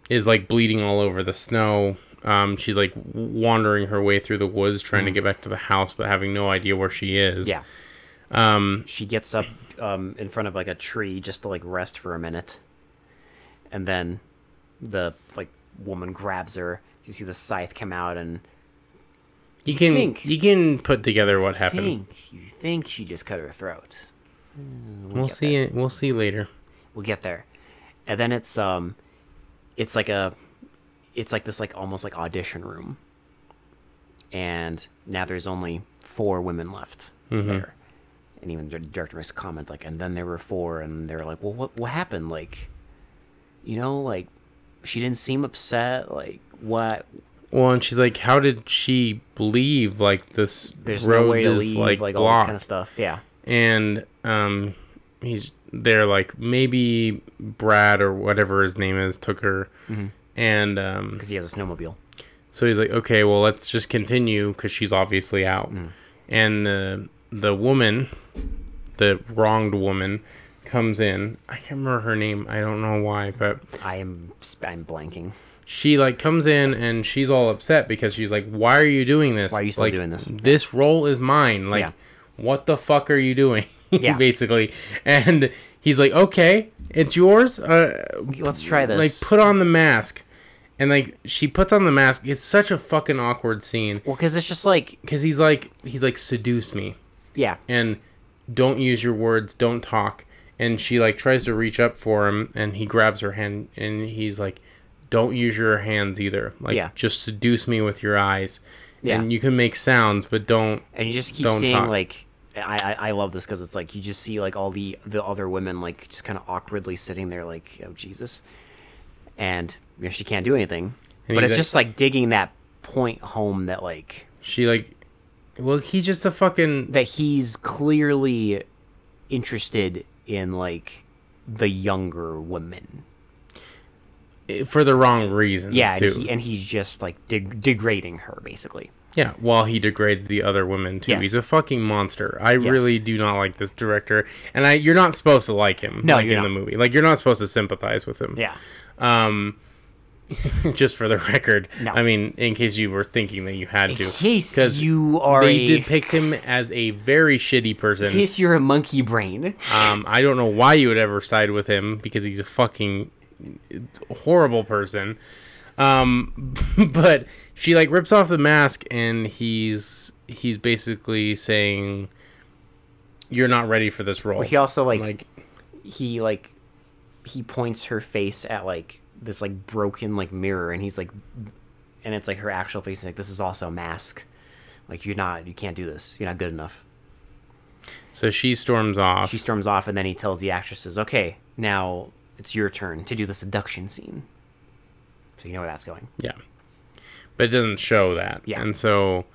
Speaker 1: is like bleeding all over the snow um she's like wandering her way through the woods trying to get back to the house but having no idea where she is
Speaker 2: Hmm. Yeah. Um, she gets up um, in front of like a tree just to like rest for a minute, and then the like woman grabs her. You see the scythe come out, and
Speaker 1: you can
Speaker 2: Think.
Speaker 1: you can put together what
Speaker 2: I
Speaker 1: happened
Speaker 2: think you think she just cut her throat.
Speaker 1: We'll
Speaker 2: get
Speaker 1: see it. We'll see later.
Speaker 2: We'll get there, and then it's um, it's like a, it's like this like almost like audition room, and now there's only four women left
Speaker 1: Mm-hmm.
Speaker 2: there, and even the director makes a comment like, and then there were four, and they're like, well, what what happened? Like, you know, like she didn't seem upset. Like what?
Speaker 1: Well, and she's like, "How did she leave? Like this
Speaker 2: There's
Speaker 1: road
Speaker 2: no way to
Speaker 1: is
Speaker 2: leave. Like,
Speaker 1: like,
Speaker 2: all this
Speaker 1: blocked."
Speaker 2: kind of stuff. Yeah,
Speaker 1: And um, he's they're like maybe Brad or whatever his name is took her,
Speaker 2: Mm-hmm.
Speaker 1: and um,
Speaker 2: because he has a snowmobile.
Speaker 1: so he's like, "Okay, well, let's just continue because she's obviously out."
Speaker 2: Mm.
Speaker 1: And the the woman, the wronged woman, comes in. I can't remember her name. I don't know why, but
Speaker 2: I am sp- I'm blanking.
Speaker 1: she like comes in and she's all upset because she's like, "Why are you doing this?
Speaker 2: Why are you still
Speaker 1: Like,
Speaker 2: doing this?"
Speaker 1: This role is mine. Like,
Speaker 2: Yeah.
Speaker 1: what the fuck are you doing?"
Speaker 2: Yeah.
Speaker 1: basically. And he's like, "Okay, it's yours. Uh,
Speaker 2: Let's try this.
Speaker 1: like, put on the mask." And like, she puts on the mask. It's such a fucking awkward scene
Speaker 2: well, because it's just like
Speaker 1: because he's like, he's like, "Seduce me,"
Speaker 2: yeah.
Speaker 1: and don't use your words, don't talk. And she like tries to reach up for him, and he grabs her hand, and he's like, "Don't use your hands either. Like,
Speaker 2: Yeah.
Speaker 1: just seduce me with your eyes,
Speaker 2: Yeah.
Speaker 1: and you can make sounds, but don't."
Speaker 2: and you just keep
Speaker 1: Don't
Speaker 2: seeing
Speaker 1: talk.
Speaker 2: like I, I I love this because it's like you just see like all the the other women like just kind of awkwardly sitting there like oh Jesus, and you know, she can't do anything.
Speaker 1: And
Speaker 2: but
Speaker 1: he's
Speaker 2: it's
Speaker 1: like-
Speaker 2: just like digging that point home that like
Speaker 1: She like, well, he's just a fucking
Speaker 2: that he's clearly interested in like the younger women.
Speaker 1: for the wrong reasons.
Speaker 2: Yeah, and,
Speaker 1: too.
Speaker 2: he, and he's just like deg- degrading her basically.
Speaker 1: Yeah, while he degrades the other women too.
Speaker 2: Yes.
Speaker 1: He's a fucking monster. I really do not like this director, and I you're not supposed to like him.
Speaker 2: No,
Speaker 1: like
Speaker 2: you're
Speaker 1: in the
Speaker 2: not.
Speaker 1: movie, like you're not supposed to sympathize with him.
Speaker 2: Yeah,
Speaker 1: just for the record.
Speaker 2: No.
Speaker 1: I mean, in case you were thinking that you had to,
Speaker 2: in case you are
Speaker 1: they
Speaker 2: a,
Speaker 1: depict him as a very shitty person.
Speaker 2: in case you're a monkey brain.
Speaker 1: um, I don't know why you would ever side with him because he's a fucking horrible person. Um, but she like rips off the mask, and he's he's basically saying, "You're not ready for this role."
Speaker 2: He also like
Speaker 1: like
Speaker 2: he like he points her face at like this like broken like mirror and he's like and it's like her actual face is like this is also a mask like you're not you can't do this you're not good enough
Speaker 1: So she storms off.
Speaker 2: she storms off and then he tells the actresses okay now it's your turn to do the seduction scene so you know where that's going
Speaker 1: yeah. But it doesn't show that.
Speaker 2: Yeah.
Speaker 1: And so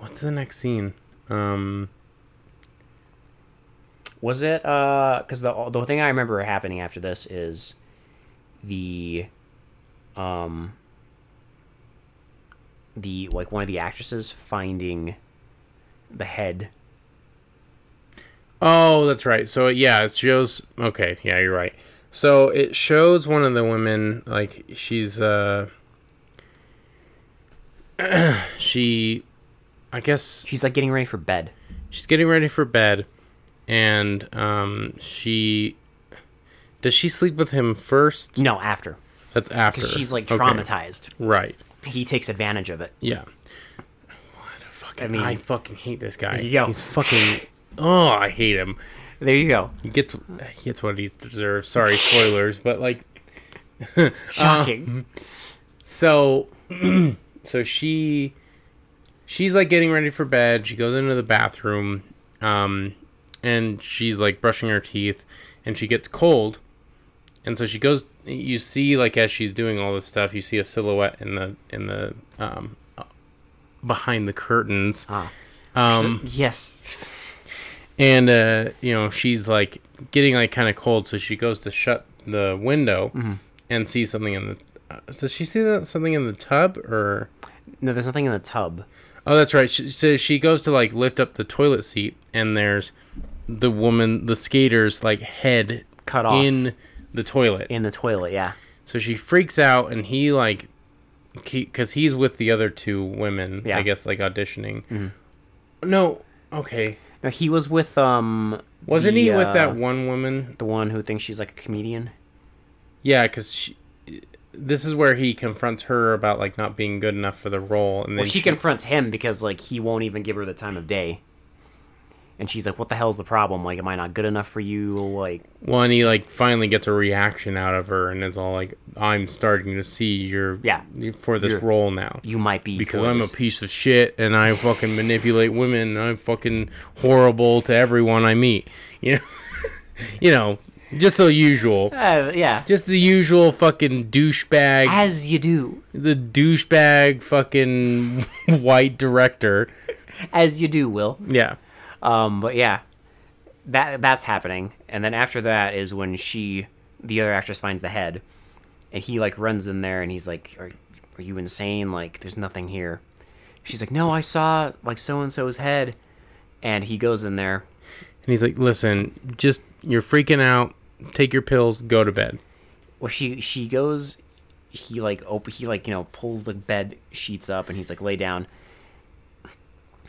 Speaker 1: what's the next scene? Um
Speaker 2: was it uh because the the thing i remember happening after this is the um the like one of the actresses finding the head
Speaker 1: Oh, that's right. So yeah, it shows. Okay, yeah, you're right. So it shows one of the women like she's uh she I guess
Speaker 2: she's like getting ready for bed
Speaker 1: she's getting ready for bed and um she does she sleep with him first?
Speaker 2: no after
Speaker 1: That's after.
Speaker 2: because she's like
Speaker 1: Okay,
Speaker 2: traumatized
Speaker 1: Right.
Speaker 2: he takes advantage of it
Speaker 1: Yeah. What a fucking I,
Speaker 2: mean-
Speaker 1: fucking hate this guy.
Speaker 2: you go.
Speaker 1: He's fucking Oh, I hate him.
Speaker 2: there you go
Speaker 1: He gets he gets what he deserves. Sorry, spoilers, but like Uh,
Speaker 2: shocking
Speaker 1: So, so she, she's like getting ready for bed. She goes into the bathroom, um, and she's like brushing her teeth, and she gets cold, and so she goes. You see, like as she's doing all this stuff, you see a silhouette in the in the um, behind the curtains,
Speaker 2: Ah.
Speaker 1: um,
Speaker 2: yes
Speaker 1: and uh, you know she's like getting like kind of cold, so she goes to shut the window and sees something in the. Uh, does she see that something in the tub or?
Speaker 2: no there's nothing in the tub
Speaker 1: Oh, that's right. She, so she goes to like lift up the toilet seat, and there's the woman, the skater's like head
Speaker 2: Cut off.
Speaker 1: in the toilet.
Speaker 2: in the toilet yeah
Speaker 1: So she freaks out, and he like, because he's with the other two women,
Speaker 2: Yeah. Mm-hmm.
Speaker 1: I guess, like auditioning. No, okay.
Speaker 2: no he was with um
Speaker 1: Wasn't
Speaker 2: the,
Speaker 1: he
Speaker 2: uh,
Speaker 1: with that one woman?
Speaker 2: the one who thinks she's like a comedian
Speaker 1: Yeah, because this is where he confronts her about like not being good enough for the role, and then
Speaker 2: Well, she confronts him because like he won't even give her the time of day. And she's like, "What the hell's the problem? Like, am I not good enough for you? Like,
Speaker 1: Well, and he like finally gets a reaction out of her, and is all like, "I'm starting to see you're
Speaker 2: Yeah.
Speaker 1: for this
Speaker 2: You're-
Speaker 1: role now
Speaker 2: you might be
Speaker 1: because
Speaker 2: for
Speaker 1: I'm a
Speaker 2: this."
Speaker 1: piece of shit and I fucking manipulate women. And I'm fucking horrible to everyone I meet. You know, you know, just the usual,
Speaker 2: Uh, yeah,
Speaker 1: just the usual fucking douchebag,
Speaker 2: as you do,
Speaker 1: the douchebag fucking white director.
Speaker 2: as you do, Will.
Speaker 1: Yeah,
Speaker 2: Um, but yeah, that that's happening. And then after that is when she, the other actress, finds the head, and he like runs in there and he's like, "Are, are you insane? Like, there's nothing here." She's like, "No, I saw like so and so's head," and he goes in there.
Speaker 1: and he's like, "Listen, just you're freaking out. Take your pills. Go to bed."
Speaker 2: Well, she she goes. He like op- he like you know pulls the bed sheets up and he's like lay down.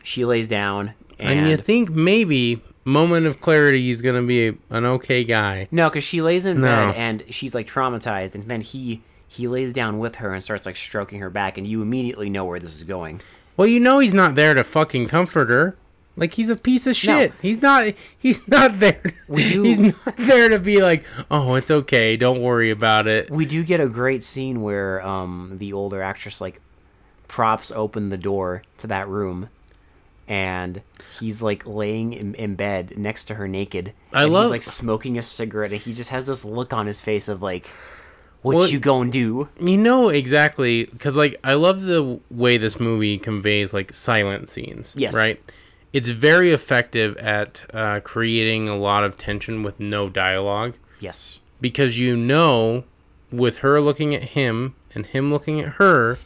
Speaker 2: She lays down and,
Speaker 1: And, you think maybe moment of clarity he's gonna be a, an okay guy.
Speaker 2: no, because she lays in
Speaker 1: No.
Speaker 2: bed and she's like traumatized, and then he he lays down with her and starts like stroking her back, and you immediately know where this is going.
Speaker 1: Well, you know he's not there to fucking comfort her. Like he's a piece of
Speaker 2: No.
Speaker 1: shit. He's not. He's not there.
Speaker 2: We do-
Speaker 1: He's not there to be like, oh, it's okay. Don't worry about it.
Speaker 2: We do get a great scene where um the older actress like props open the door to that room, and he's like laying in, in bed next to her naked.
Speaker 1: I
Speaker 2: and
Speaker 1: love-
Speaker 2: he's like smoking a cigarette, and he just has this look on his face of like, "What
Speaker 1: Well-
Speaker 2: you gonna do?"
Speaker 1: You know exactly because like I love the way this movie conveys like silent scenes.
Speaker 2: Yes.
Speaker 1: Right. It's very effective at uh, creating a lot of tension with no dialogue.
Speaker 2: Yes,
Speaker 1: because you know with her looking at him and him looking at her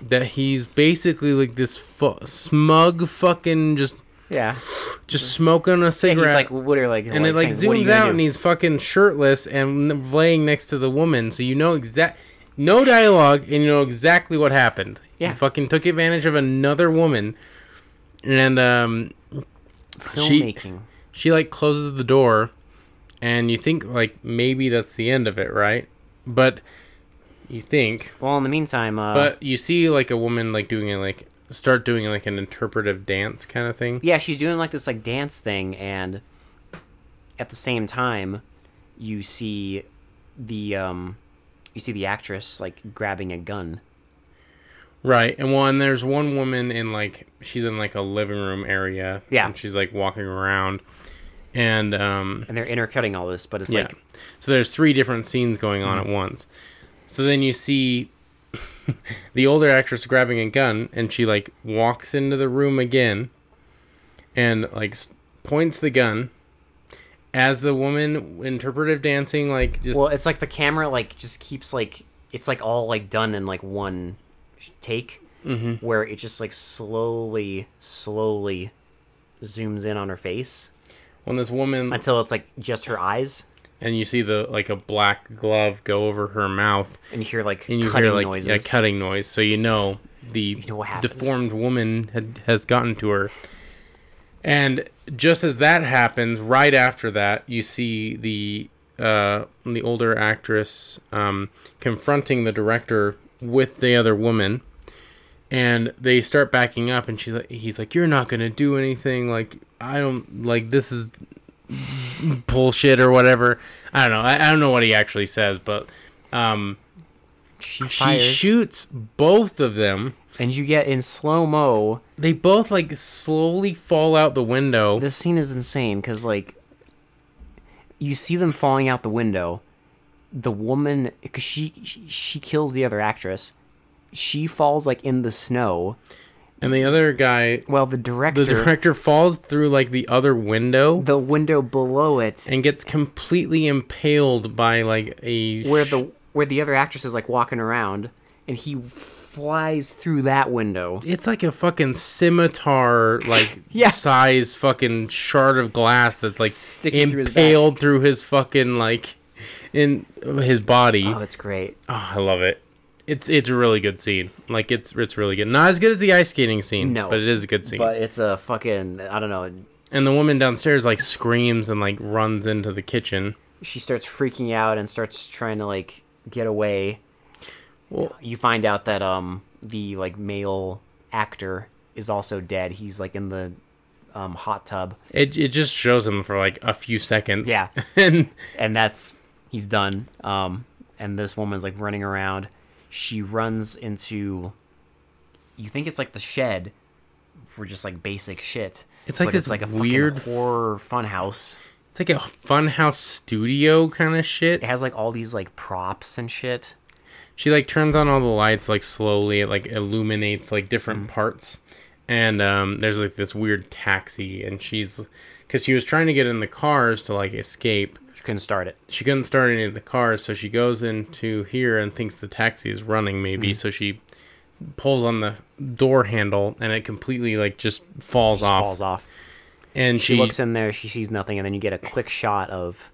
Speaker 1: that he's basically like this fu- smug fucking just
Speaker 2: yeah.
Speaker 1: just smoking a
Speaker 2: And
Speaker 1: cigarette
Speaker 2: he's like, "What are like?"
Speaker 1: and it like
Speaker 2: saying, "What are you
Speaker 1: zooms
Speaker 2: gonna
Speaker 1: out
Speaker 2: do?"
Speaker 1: and he's fucking shirtless and laying next to the woman so you know exact no dialogue and you know exactly what happened
Speaker 2: Yeah.
Speaker 1: he fucking took advantage of another woman and um she-
Speaker 2: filmmaking.
Speaker 1: she like closes the door and you think like maybe that's the end of it right but you think
Speaker 2: Well, in the meantime, uh,
Speaker 1: but you see like a woman like doing it like start doing like an interpretive dance kind of thing
Speaker 2: yeah, she's doing like this like dance thing, and at the same time, you see the um, you see the actress like grabbing a gun.
Speaker 1: Right, and one there's one woman in like she's in like a living room area.
Speaker 2: Yeah.
Speaker 1: and she's like walking around, and um,
Speaker 2: and they're intercutting all this, but it's
Speaker 1: yeah.
Speaker 2: like
Speaker 1: so there's three different scenes going on at once. So then you see the older actress grabbing a gun, and she like walks into the room again, and like s- points the gun. As the woman interpretive dancing, like just
Speaker 2: well, it's like the camera like just keeps like it's like all like done in like one sh- take,
Speaker 1: Mm-hmm.
Speaker 2: where it just like slowly, slowly zooms in on her face
Speaker 1: when this woman
Speaker 2: until it's like just her eyes,
Speaker 1: and you see the like a black glove go over her mouth,
Speaker 2: and you hear like
Speaker 1: and you
Speaker 2: cutting
Speaker 1: hear like
Speaker 2: noises.
Speaker 1: a cutting noise, so you know the
Speaker 2: know what happens.
Speaker 1: deformed woman had, has gotten to her. And just as that happens, right after that, you see the uh, the older actress um, confronting the director with the other woman, and they start backing up, and she's like, "He's like, you're not gonna do anything. Like, I don't like this is bullshit or whatever. I don't know. I, I don't know what he actually says, but." Um,
Speaker 2: she
Speaker 1: she
Speaker 2: fires,
Speaker 1: shoots both of them.
Speaker 2: and you get in slow mo.
Speaker 1: They both like slowly fall out the window.
Speaker 2: This scene is insane because like you see them falling out the window. The woman, because she, she she kills the other actress, she falls like in the snow.
Speaker 1: and the other guy,
Speaker 2: Well, the director,
Speaker 1: the
Speaker 2: the,
Speaker 1: director falls through like the other window
Speaker 2: window below it,
Speaker 1: and gets completely impaled by like a
Speaker 2: where
Speaker 1: sh-
Speaker 2: the where the other actress is like walking around, and he flies through that window.
Speaker 1: it's like a fucking scimitar like
Speaker 2: Yeah.
Speaker 1: size fucking shard of glass that's like
Speaker 2: Sticking through his back.
Speaker 1: impaled through his fucking like in his body.
Speaker 2: Oh, it's great.
Speaker 1: Oh, I love it. It's it's a really good scene. Like it's it's really good. Not as good as the ice skating scene,
Speaker 2: No.
Speaker 1: but it is a good scene.
Speaker 2: But it's a fucking I don't know.
Speaker 1: and the woman downstairs like screams and like runs into the kitchen.
Speaker 2: She starts freaking out and starts trying to like get away.
Speaker 1: Well-
Speaker 2: you find out that um the like male actor is also dead. He's like in the um hot tub,
Speaker 1: It it just shows him for like a few seconds.
Speaker 2: Yeah.
Speaker 1: and
Speaker 2: and that's he's done. Um, and this woman's like running around. She runs into. You think it's like the shed, for just like basic shit.
Speaker 1: It's like
Speaker 2: but
Speaker 1: this
Speaker 2: it's like a
Speaker 1: weird-
Speaker 2: fucking horror funhouse.
Speaker 1: it's like a funhouse studio kind of shit.
Speaker 2: It has like all these like props and shit.
Speaker 1: She like turns on all the lights like slowly. It like illuminates like different parts. And um, there's like this weird taxi, and she's because she was trying to get in the cars to like escape.
Speaker 2: She couldn't start it.
Speaker 1: she couldn't start any of the cars, so she goes into here and thinks the taxi is running,
Speaker 2: Mm.
Speaker 1: maybe. So she pulls on the door handle, and it completely like just falls off.
Speaker 2: Falls off.
Speaker 1: And
Speaker 2: She
Speaker 1: she,
Speaker 2: looks in there. She sees nothing, and then you get a quick shot of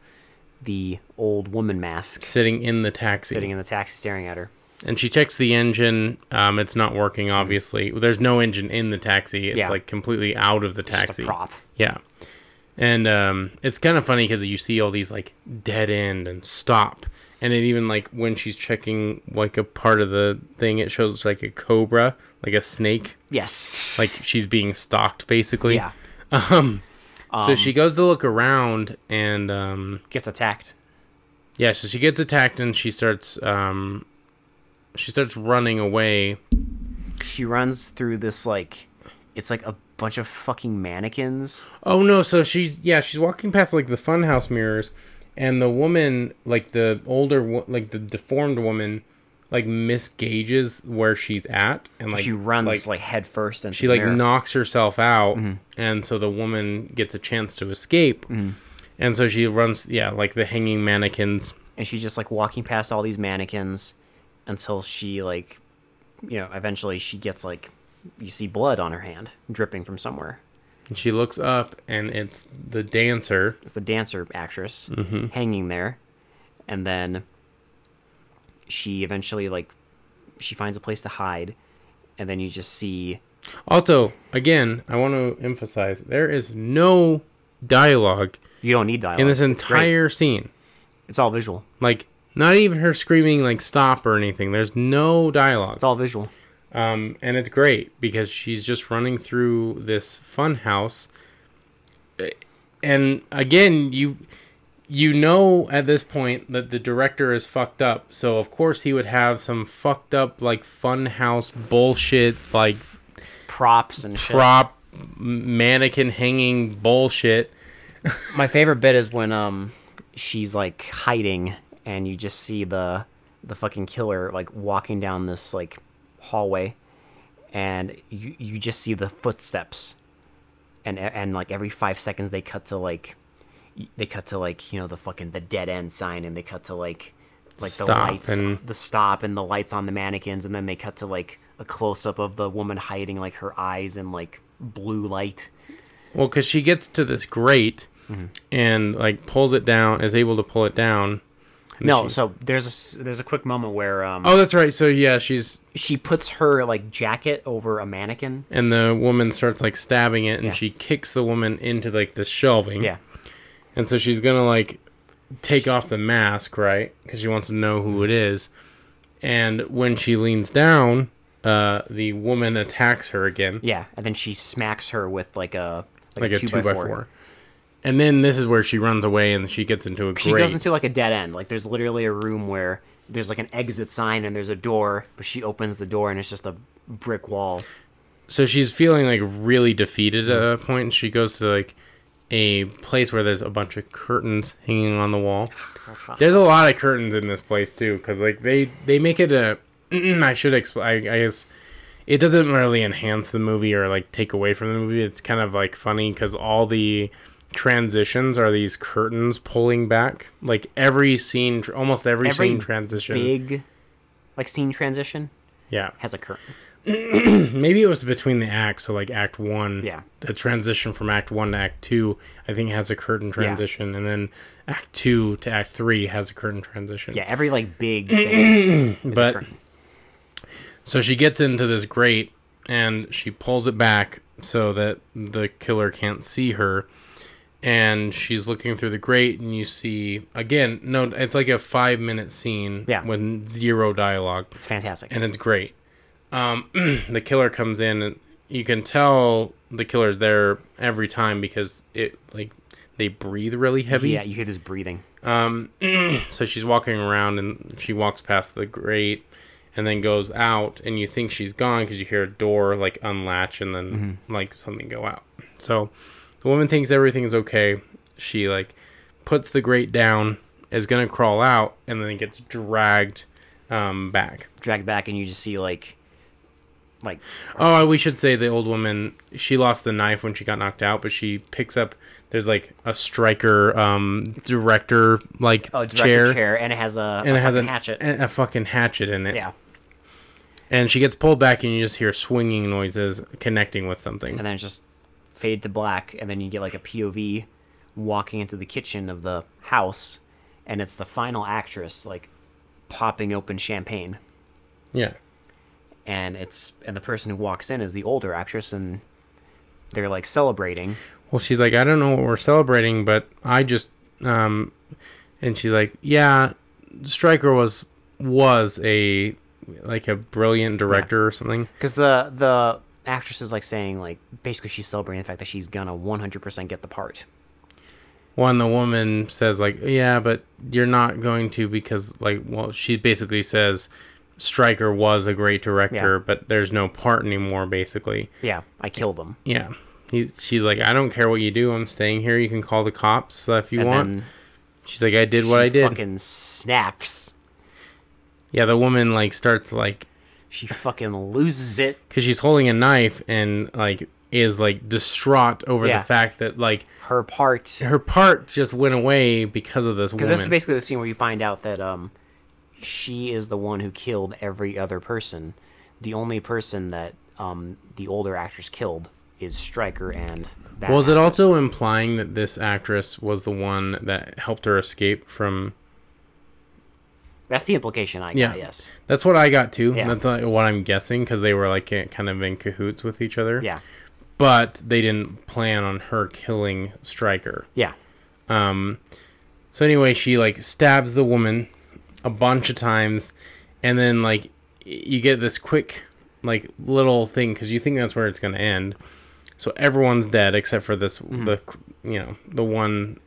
Speaker 2: the old woman mask
Speaker 1: sitting in the taxi,
Speaker 2: sitting in the taxi, staring at her.
Speaker 1: and she checks the engine. Um, it's not working. Obviously, there's no engine in the taxi. It's
Speaker 2: Yeah.
Speaker 1: like completely out of the
Speaker 2: Just a
Speaker 1: taxi.
Speaker 2: prop.
Speaker 1: Yeah. And um, it's kind of funny because you see all these like dead end and stop. And it even like when she's checking like a part of the thing, it shows like a cobra, like a snake,
Speaker 2: Yes.
Speaker 1: like she's being stalked basically.
Speaker 2: yeah.
Speaker 1: Um, so she goes to look around and um,
Speaker 2: Gets attacked.
Speaker 1: yeah, so she gets attacked and she starts um, she starts running away.
Speaker 2: she runs through this like it's like a bunch of fucking mannequins
Speaker 1: Oh no, so she's yeah, she's walking past like the funhouse mirrors and the woman like the older wo- like the deformed woman like misgauges where she's at and like
Speaker 2: she runs
Speaker 1: like,
Speaker 2: like, Mm-hmm. head first and
Speaker 1: she like knocks herself out and so the woman gets a chance to escape.
Speaker 2: Mm-hmm.
Speaker 1: And so she runs yeah, like the hanging mannequins.
Speaker 2: and she's just like walking past all these mannequins until she like you know eventually she gets like you see blood on her hand dripping from somewhere
Speaker 1: And she looks up and it's the dancer.
Speaker 2: it's the dancer actress
Speaker 1: Mm-hmm.
Speaker 2: hanging there and then she eventually like she finds a place to hide and then you just see
Speaker 1: Also, again, I want to emphasize there is no dialogue
Speaker 2: you don't need dialogue
Speaker 1: in this
Speaker 2: It's Oh, great.
Speaker 1: entire scene.
Speaker 2: it's all visual
Speaker 1: Like not even her screaming like stop or anything. There's no dialogue.
Speaker 2: it's all visual
Speaker 1: Um and it's great because she's just running through this fun house. And again, you you know at this point that the director is fucked up, so of course he would have some fucked up like funhouse bullshit like
Speaker 2: Props and shit.
Speaker 1: prop mannequin hanging bullshit.
Speaker 2: My favorite bit is when um she's like hiding and you just see the the fucking killer like walking down this like hallway and you you just see the footsteps and e, and like every 5 seconds they cut to like they cut to like you know the fucking the dead end sign and they cut to like like
Speaker 1: Stop
Speaker 2: the lights
Speaker 1: and-
Speaker 2: the stop and the lights on the mannequins and then they cut to like a close up of the woman hiding like her eyes in like blue light
Speaker 1: Well, because she gets to this grate and like pulls it down, is able to pull it down. and
Speaker 2: No,
Speaker 1: she-
Speaker 2: so there's a s- there's a quick moment where um
Speaker 1: oh, that's right. So yeah, she's
Speaker 2: she puts her like jacket over a mannequin.
Speaker 1: and the woman starts like stabbing it, and
Speaker 2: Yeah.
Speaker 1: she kicks the woman into like the shelving.
Speaker 2: Yeah,
Speaker 1: And so she's gonna like take off the mask, right? Because she wants to know who it
Speaker 2: Mm-hmm.
Speaker 1: is. And when she leans down, uh, the woman attacks her again,
Speaker 2: yeah, and then she smacks her with like a
Speaker 1: like a two, by, four. And then this is where she runs away and she gets into a grate.
Speaker 2: She goes into like a dead end. Like there's literally a room where there's like an exit sign and there's a door, but she opens the door and it's just a brick wall.
Speaker 1: so she's feeling like really defeated at
Speaker 2: Mm.
Speaker 1: that point. And she goes to like a place where there's a bunch of curtains hanging on the wall. there's a lot of curtains in this place too, because like they they make it a. I should explain. I, I guess it doesn't really enhance the movie or like take away from the movie. It's kind of like funny because all the transitions are these curtains pulling back. Like every scene, tr- almost every,
Speaker 2: Every
Speaker 1: scene transition.
Speaker 2: Big, like scene transition
Speaker 1: yeah.
Speaker 2: has a curtain.
Speaker 1: maybe it was between the acts so like act one
Speaker 2: Yeah.
Speaker 1: the transition from act one to act two i think has a curtain transition and then act two to act three has a curtain transition
Speaker 2: Yeah, every like big thing. is a
Speaker 1: But-
Speaker 2: curtain.
Speaker 1: so she gets into this grate and she pulls it back so that the killer can't see her and she's looking through the grate and you see again no it's like a five minute scene
Speaker 2: Yeah.
Speaker 1: with zero dialogue
Speaker 2: it's fantastic.
Speaker 1: and it's great. Um, the killer comes in, and you can tell the killer's there every time because it like they breathe really heavy.
Speaker 2: yeah, you hear this breathing.
Speaker 1: So she's walking around, and she walks past the grate, and then goes out, and you think she's gone because you hear a door like unlatch and then like something go out. So the woman thinks everything's okay. She like puts the grate down, is gonna crawl out, and then gets dragged um, back.
Speaker 2: Drag back and you just see like, like
Speaker 1: Oh, we should say the old woman. She lost the knife when she got knocked out, but she picks up. There's like a striker, um, director like
Speaker 2: Oh, director
Speaker 1: chair,
Speaker 2: chair. and it has a,
Speaker 1: and
Speaker 2: a
Speaker 1: it has
Speaker 2: fucking
Speaker 1: a
Speaker 2: hatchet.
Speaker 1: a fucking hatchet in it.
Speaker 2: yeah,
Speaker 1: And she gets pulled back, and you just hear swinging noises connecting with something.
Speaker 2: and then it's just fade to black, and then you get like a POV walking into the kitchen of the house, and it's the final actress like popping open champagne,
Speaker 1: Yeah.
Speaker 2: and it's and the person who walks in is the older actress, and they're like celebrating.
Speaker 1: Well, she's like, I don't know what we're celebrating, but I just, um, and she's like, yeah, Stryker was was a like a brilliant director or something.
Speaker 2: Because the the actress is like saying like basically she's celebrating the fact that she's gonna 100% get the part.
Speaker 1: one the woman says like yeah but you're not going to because like well she basically says striker was a great director
Speaker 2: Yeah.
Speaker 1: but there's no part anymore basically
Speaker 2: Yeah, I killed him.
Speaker 1: yeah He's, she's like i don't care what you do i'm staying here you can call the cops uh, if you
Speaker 2: And
Speaker 1: want
Speaker 2: then
Speaker 1: she's like i did what
Speaker 2: she
Speaker 1: i did
Speaker 2: Fucking snaps.
Speaker 1: yeah the woman like starts like
Speaker 2: She fucking loses it.
Speaker 1: because she's holding a knife and like is like distraught over
Speaker 2: Yeah.
Speaker 1: the fact that like
Speaker 2: her part
Speaker 1: her part just went away because of this woman
Speaker 2: because this is basically the scene where you find out that um she is the one who killed every other person the only person that um the older actress killed is Stryker and that
Speaker 1: Was it
Speaker 2: actress.
Speaker 1: also implying that this actress was the one that helped her escape from?
Speaker 2: that's the implication i
Speaker 1: Yeah.
Speaker 2: got yes
Speaker 1: That's what I got too.
Speaker 2: Yeah.
Speaker 1: That's like what I'm guessing because they were like ki- kind of in cahoots with each other.
Speaker 2: yeah
Speaker 1: But they didn't plan on her killing Stryker.
Speaker 2: yeah
Speaker 1: So anyway, she like stabs the woman a bunch of times, and then like y- you get this quick like little thing because you think that's where it's gonna end. So
Speaker 2: Mm-hmm.
Speaker 1: everyone's dead except for this the you know the one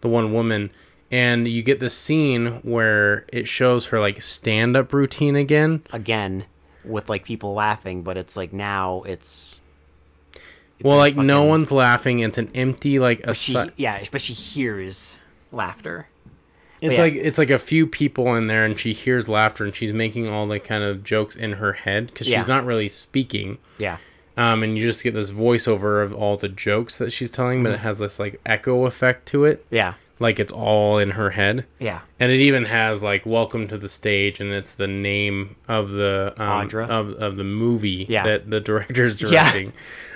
Speaker 1: the one woman, and you get this scene where it shows her like stand up routine again.
Speaker 2: again with like people laughing, but it's like now it's. it's
Speaker 1: well,
Speaker 2: a
Speaker 1: like no
Speaker 2: fucking-
Speaker 1: one's laughing. It's an empty like a.
Speaker 2: She,
Speaker 1: si-
Speaker 2: yeah, but she hears laughter.
Speaker 1: it's
Speaker 2: yeah.
Speaker 1: like it's like a few people in there, and she hears laughter, and she's making all the kind of jokes in her head because
Speaker 2: Yeah.
Speaker 1: she's not really speaking.
Speaker 2: Yeah,
Speaker 1: Um, and you just get this voiceover of all the jokes that she's telling,
Speaker 2: Mm-hmm.
Speaker 1: but it has this like echo effect to it,
Speaker 2: yeah,
Speaker 1: like it's all in her head.
Speaker 2: yeah.
Speaker 1: And it even has like "Welcome to the Stage" and it's the name of the um,
Speaker 2: Audra.
Speaker 1: of of the movie
Speaker 2: Yeah.
Speaker 1: that the director's
Speaker 2: Yeah.
Speaker 1: directing.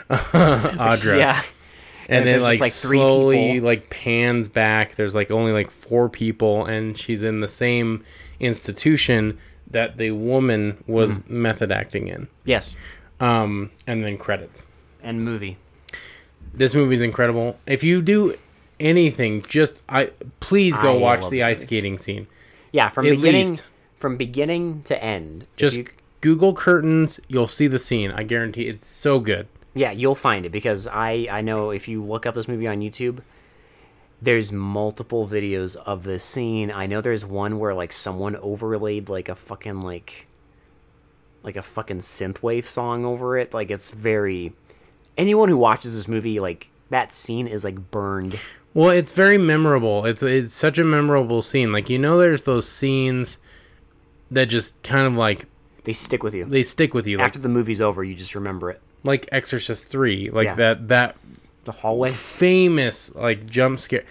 Speaker 1: Audra.
Speaker 2: Yeah,
Speaker 1: And, then
Speaker 2: And there's
Speaker 1: like,
Speaker 2: just, like, three
Speaker 1: slowly
Speaker 2: people.
Speaker 1: like pans back. There's like only like four people, and she's in the same institution that the woman was
Speaker 2: Mm-hmm.
Speaker 1: method acting in.
Speaker 2: yes,
Speaker 1: Um, and then credits.
Speaker 2: and movie.
Speaker 1: This movie's incredible. If you do anything, just I please go
Speaker 2: I
Speaker 1: watch
Speaker 2: love
Speaker 1: the
Speaker 2: this
Speaker 1: ice
Speaker 2: movie.
Speaker 1: skating scene.
Speaker 2: Yeah, from
Speaker 1: At
Speaker 2: beginning
Speaker 1: least.
Speaker 2: from beginning to end. if
Speaker 1: Just
Speaker 2: you-
Speaker 1: Google curtains, you'll see the scene. I guarantee it's so good.
Speaker 2: yeah, you'll find it because I I know if you look up this movie on YouTube, there's multiple videos of this scene. I know there's one where like someone overlaid like a fucking like like a fucking synthwave song over it. Like it's very anyone who watches this movie like that scene is like burned.
Speaker 1: Well, it's very memorable. It's it's such a memorable scene. Like you know, there's those scenes that just kind of like
Speaker 2: They stick with you.
Speaker 1: they stick with you, like
Speaker 2: After the movie's over, you just remember it.
Speaker 1: like Exorcist three, like
Speaker 2: Yeah.
Speaker 1: that that
Speaker 2: The hallway.
Speaker 1: famous like jump scare.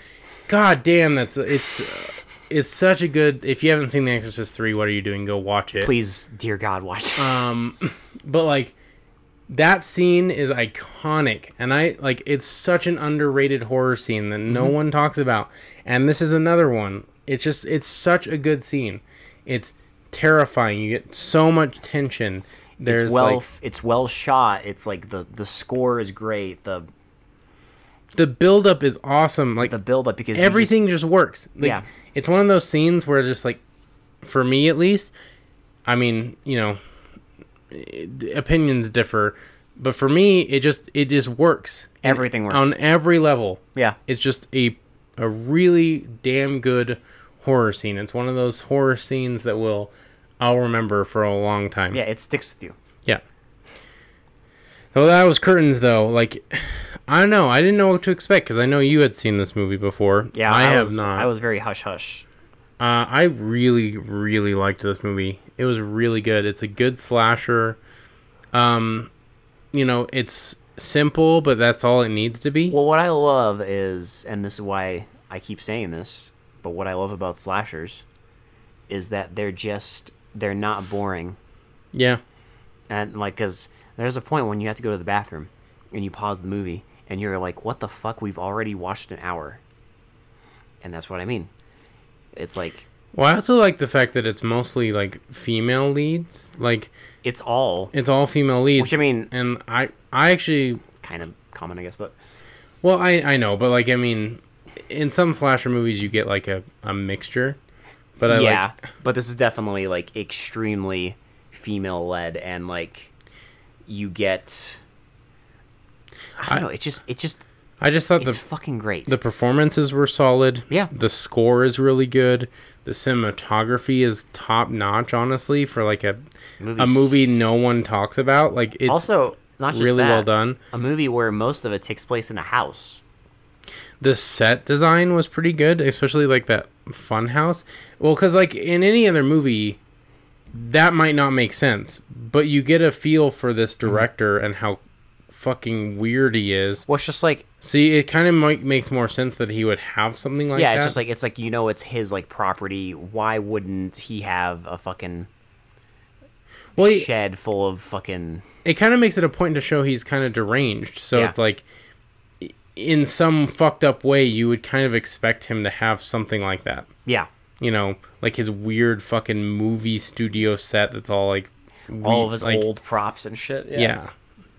Speaker 1: God damn, that's it's it's such a good. If you haven't seen The Exorcist three, what are you doing? Go watch it.
Speaker 2: Please, dear God, watch this.
Speaker 1: Um, but like that scene is iconic, and I like it's such an underrated horror scene that no
Speaker 2: Mm-hmm.
Speaker 1: one talks about. And this is another one. It's just it's such a good scene. It's terrifying. You get so much tension. There's
Speaker 2: it's well
Speaker 1: like
Speaker 2: it's well shot. It's like the the score is great. The
Speaker 1: the buildup is awesome. Like
Speaker 2: the build up because you just-
Speaker 1: everything just, works. Like,
Speaker 2: Yeah.
Speaker 1: It's one of those scenes where just like, for me at least, I mean, you know, it, opinions differ, but for me, it just it just works. And
Speaker 2: Everything works.
Speaker 1: on every level.
Speaker 2: yeah.
Speaker 1: It's just a a really damn good horror scene. It's one of those horror scenes that will I'll remember for a long time.
Speaker 2: Yeah, it sticks with you.
Speaker 1: Yeah. Well, that was curtains though. Like, I don't know. I didn't know what to expect because I know you had seen this movie before.
Speaker 2: Yeah,
Speaker 1: I, have
Speaker 2: was,
Speaker 1: not.
Speaker 2: I was very hush hush.
Speaker 1: Uh, I really, really liked this movie. It was really good. It's a good slasher. Um, you know, it's simple, but that's all it needs to be.
Speaker 2: Well, what I love is, and this is why I keep saying this, but what I love about slashers is that they're just they're not boring.
Speaker 1: yeah.
Speaker 2: And like, cause there's a point when you have to go to the bathroom, and you pause the movie, and you're like, "What the fuck? We've already watched an hour." And that's what I mean. It's like
Speaker 1: Well, I also like the fact that it's mostly like female leads. Like,
Speaker 2: it's all
Speaker 1: it's all female leads.
Speaker 2: Which, I mean-
Speaker 1: and I, I actually
Speaker 2: kind of common, I guess, but
Speaker 1: Well, I I know, but like I mean, in some slasher movies you get like a, a mixture, but I
Speaker 2: yeah.
Speaker 1: like
Speaker 2: But this is definitely like extremely female led, and like you get. I don't know. It just it just
Speaker 1: I just thought
Speaker 2: it's
Speaker 1: the
Speaker 2: fucking great.
Speaker 1: the performances were solid.
Speaker 2: Yeah.
Speaker 1: the score is really good. The cinematography is top notch. Honestly, for like a a
Speaker 2: Movie's-
Speaker 1: movie no one talks about, like it's
Speaker 2: also, not just
Speaker 1: really
Speaker 2: that,
Speaker 1: well done.
Speaker 2: A movie where most of it takes place in a house.
Speaker 1: the set design was pretty good, especially like that fun house. Well, because like in any other movie, that might not make sense, but you get a feel for this
Speaker 2: Mm-hmm.
Speaker 1: director and how fucking weird he is.
Speaker 2: Well, it's just like
Speaker 1: See, it kind of might makes more sense that he would have something like
Speaker 2: yeah,
Speaker 1: that.
Speaker 2: it's just like it's like you know it's his like property. Why wouldn't he have a fucking
Speaker 1: well, he-
Speaker 2: shed full of fucking
Speaker 1: it kind of makes it a point to show he's kind of deranged. So
Speaker 2: Yeah.
Speaker 1: it's like, i- in some fucked up way, you would kind of expect him to have something like that.
Speaker 2: yeah?
Speaker 1: you know, like his weird fucking movie studio set that's all like we-
Speaker 2: All of his
Speaker 1: like-
Speaker 2: old props and shit.
Speaker 1: Yeah.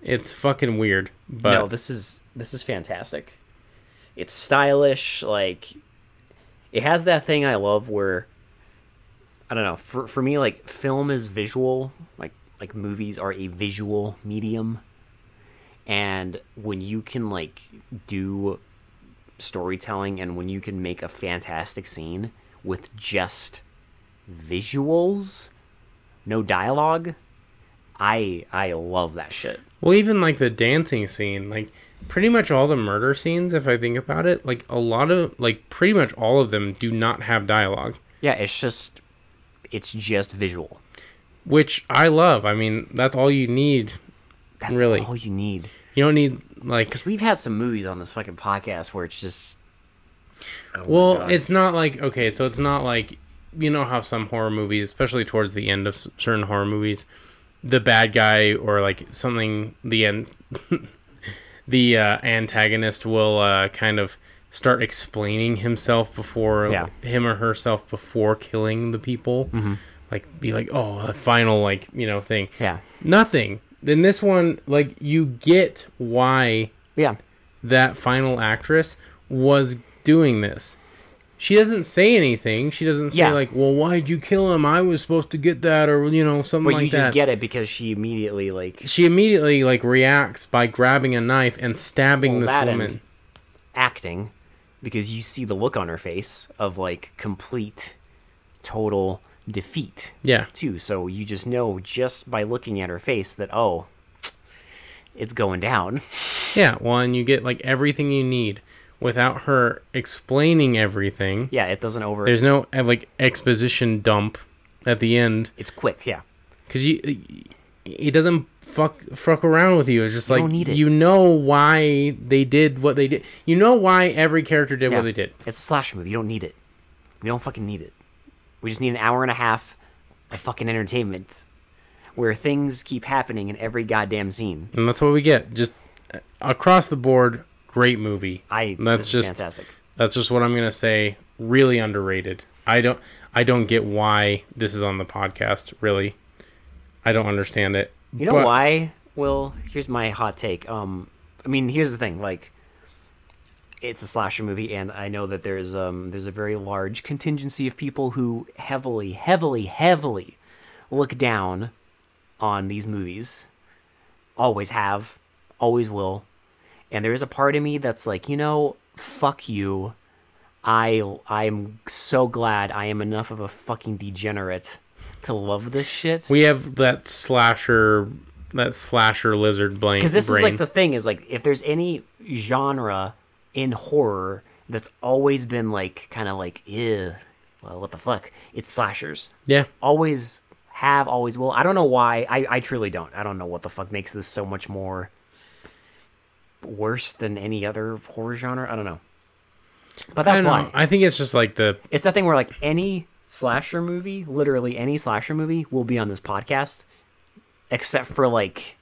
Speaker 1: It's fucking weird. But
Speaker 2: no this is this is fantastic it's stylish like it has that thing i love where i don't know for, for me like film is visual like like movies are a visual medium and when you can like do storytelling and when you can make a fantastic scene with just visuals, no dialogue, I I love that shit.
Speaker 1: Well, even like the dancing scene, like pretty much all the murder scenes, if I think about it, like a lot of, like pretty much all of them do not have dialogue,
Speaker 2: Yeah, it's just it's just visual.
Speaker 1: which I love. I mean, that's all you need.
Speaker 2: That's
Speaker 1: Really.
Speaker 2: all you need.
Speaker 1: You don't need, like,
Speaker 2: Because we've had some movies on this fucking podcast where it's just
Speaker 1: well,
Speaker 2: Oh God.
Speaker 1: it's not like, okay, so it's not like, you know how some horror movies, especially towards the end of s- certain horror movies, the bad guy or like something, the end, the uh, antagonist will uh, kind of start explaining himself before
Speaker 2: Yeah. Mm-hmm.
Speaker 1: him or herself before killing the people like be like oh a final like you know thing
Speaker 2: yeah
Speaker 1: nothing then this one like you get why
Speaker 2: yeah
Speaker 1: that final actress was doing this she doesn't say anything she doesn't say
Speaker 2: Yeah.
Speaker 1: like well why'd you kill him i was supposed to get that or you know something
Speaker 2: but
Speaker 1: like
Speaker 2: you
Speaker 1: that
Speaker 2: just get it because she immediately like
Speaker 1: she immediately like reacts by grabbing a knife and stabbing
Speaker 2: Well,
Speaker 1: this
Speaker 2: that
Speaker 1: woman
Speaker 2: and- acting because you see the look on her face of like complete total defeat
Speaker 1: yeah
Speaker 2: too so you just know just by looking at her face that oh it's going down
Speaker 1: Yeah, well, and you get like everything you need without her explaining everything.
Speaker 2: yeah it doesn't over
Speaker 1: There's no uh, like exposition dump at the end
Speaker 2: it's quick yeah
Speaker 1: because you it doesn't fuck fuck around with you. It's just like
Speaker 2: don't need it.
Speaker 1: you know why they did what they did. You know why every character did
Speaker 2: yeah
Speaker 1: what they did.
Speaker 2: it's a slash movie you don't need it we don't fucking need it we just need an hour and a half of fucking entertainment where things keep happening in every goddamn scene
Speaker 1: And that's what we get. Just uh, across the board, great movie.
Speaker 2: i
Speaker 1: And
Speaker 2: this
Speaker 1: that's
Speaker 2: is
Speaker 1: just
Speaker 2: fantastic
Speaker 1: that's just what I'm gonna say. Really underrated. I don't I don't get why this is on the podcast. Really, I don't understand it.
Speaker 2: You know
Speaker 1: But-
Speaker 2: why? Well, here's my hot take. Um, I mean, here's the thing. Like, it's a slasher movie, and I know that there's um there's a very large contingency of people who heavily, heavily, heavily look down on these movies. Always have, always will. And there is a part of me that's like, you know, fuck you. I I'm so glad I am enough of a fucking degenerate to love this shit.
Speaker 1: We have that slasher, that slasher lizard brain.
Speaker 2: because this
Speaker 1: brain.
Speaker 2: is like the thing is like if there's any genre in horror that's always been like kind of like ew, well what the fuck it's slashers
Speaker 1: yeah,
Speaker 2: always have always will i don't know why i i truly don't i don't know what the fuck makes this so much more worse than any other horror genre i don't know but
Speaker 1: I
Speaker 2: that's
Speaker 1: don't know.
Speaker 2: why
Speaker 1: I think it's just like the
Speaker 2: it's that thing where like any slasher movie literally any slasher movie will be on this podcast except for like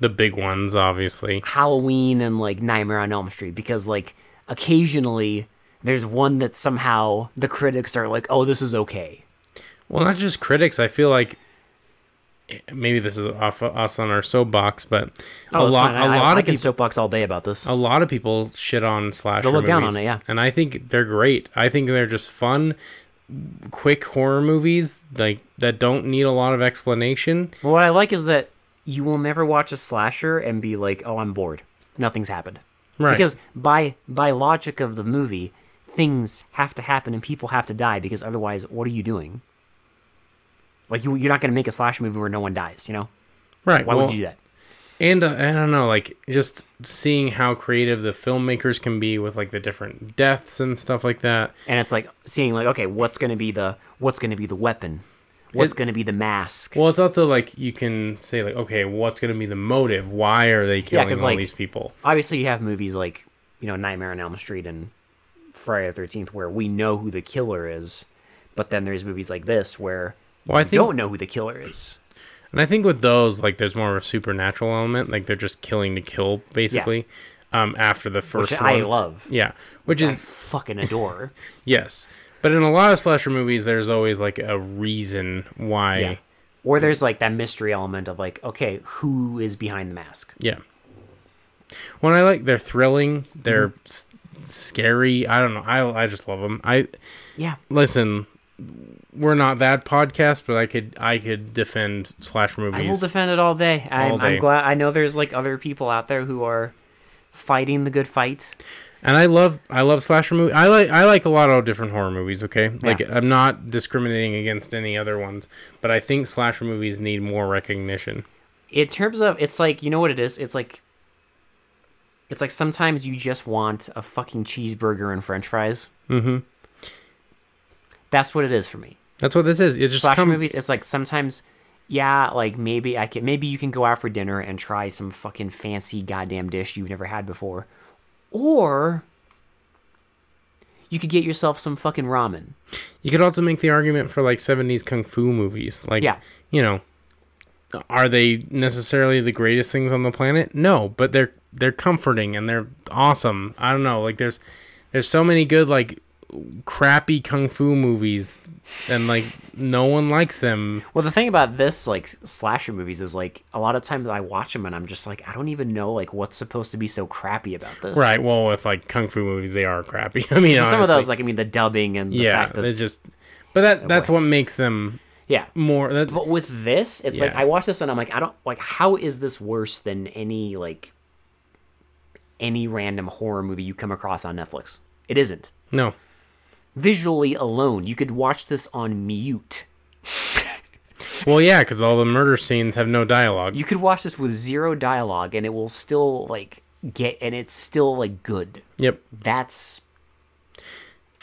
Speaker 1: the big ones, obviously.
Speaker 2: Halloween and like Nightmare on Elm Street because like occasionally there's one that somehow the critics are like, oh, this is okay.
Speaker 1: Well, not just critics. I feel like maybe this is off of us on our soapbox, but
Speaker 2: Oh,
Speaker 1: a
Speaker 2: it's
Speaker 1: lot,
Speaker 2: fine.
Speaker 1: a
Speaker 2: I, I-
Speaker 1: lot
Speaker 2: I
Speaker 1: of
Speaker 2: can
Speaker 1: people,
Speaker 2: soapbox all day about this.
Speaker 1: a lot of people shit on slasher.
Speaker 2: They'll look down
Speaker 1: movies,
Speaker 2: on it, yeah.
Speaker 1: and I think they're great. I think they're just fun, quick horror movies like that don't need a lot of explanation.
Speaker 2: Well, what I like is that you will never watch a slasher and be like, oh, I'm bored. Nothing's happened.
Speaker 1: Right.
Speaker 2: Because by by logic of the movie, things have to happen and people have to die because otherwise, what are you doing? Like you, you're not going to make a slasher movie where no one dies. You know
Speaker 1: Right.
Speaker 2: why
Speaker 1: well,
Speaker 2: would you do that?
Speaker 1: and uh, i don't know like just seeing how creative the filmmakers can be with like the different deaths and stuff like that
Speaker 2: and it's like seeing like okay what's going to be the what's going to be the weapon what's going to be the mask
Speaker 1: well it's also like you can say like okay what's going to be the motive why are they killing
Speaker 2: 'cause,
Speaker 1: all
Speaker 2: like-
Speaker 1: these people
Speaker 2: obviously you have movies like you know nightmare on elm street and friday the 13th where we know who the killer is but then there's movies like this where
Speaker 1: Well, I
Speaker 2: you
Speaker 1: think-
Speaker 2: don't know who the killer is
Speaker 1: and i think with those like there's more of a supernatural element like they're just killing to kill basically um after the first
Speaker 2: which
Speaker 1: one
Speaker 2: i love
Speaker 1: yeah which
Speaker 2: I
Speaker 1: is
Speaker 2: fucking adore
Speaker 1: yes but in a lot of slasher movies there's always like a reason why
Speaker 2: yeah or there's like that mystery element of like okay who is behind the mask
Speaker 1: Yeah. When I like, they're thrilling. They're
Speaker 2: Mm-hmm.
Speaker 1: s- scary. I don't know. I I just love them. I
Speaker 2: yeah
Speaker 1: listen. We're not that podcast, but I could I could defend slash
Speaker 2: I will
Speaker 1: movies.
Speaker 2: defend it all day. I'm,
Speaker 1: All day.
Speaker 2: I'm glad. I know there's like other people out there who are fighting the good fight.
Speaker 1: And I love I love slasher movie. I like I like a lot of different horror movies. Okay, like I'm not discriminating against any other ones, but I think slasher movies need more recognition.
Speaker 2: in terms of it's like you know what it is it's like it's like sometimes you just want a fucking cheeseburger and french fries mm-hmm that's what it is for me
Speaker 1: That's what this is. It's just
Speaker 2: slasher
Speaker 1: come,
Speaker 2: movies it's like sometimes yeah like maybe i can maybe you can go out for dinner and try some fucking fancy goddamn dish you've never had before or you could get yourself some fucking ramen
Speaker 1: You could also make the argument for like 70s kung fu movies. Like,
Speaker 2: Yeah.
Speaker 1: you know, are they necessarily the greatest things on the planet? No, but they're they're comforting and they're awesome. I don't know. Like, there's there's so many good like crappy kung fu movies, and like no one likes them.
Speaker 2: Well, the thing about this like s- slasher movies is like a lot of times I watch them and I'm just like I don't even know like what's supposed to be so crappy about this.
Speaker 1: Right. Well, with like kung fu movies, they are crappy. I mean,
Speaker 2: So some of
Speaker 1: honestly.
Speaker 2: those like I mean the dubbing and the
Speaker 1: yeah,
Speaker 2: fact that
Speaker 1: they just. But that that's what makes them
Speaker 2: yeah.
Speaker 1: more. That,
Speaker 2: But with this, it's like
Speaker 1: Yeah.
Speaker 2: I watch this and I'm like I don't like how is this worse than any like any random horror movie you come across on Netflix? It isn't.
Speaker 1: no.
Speaker 2: Visually alone, you could watch this on mute.
Speaker 1: Well, yeah, because all the murder scenes have no dialogue.
Speaker 2: You could watch this with zero dialogue and it will still like get and it's still like good.
Speaker 1: yep.
Speaker 2: That's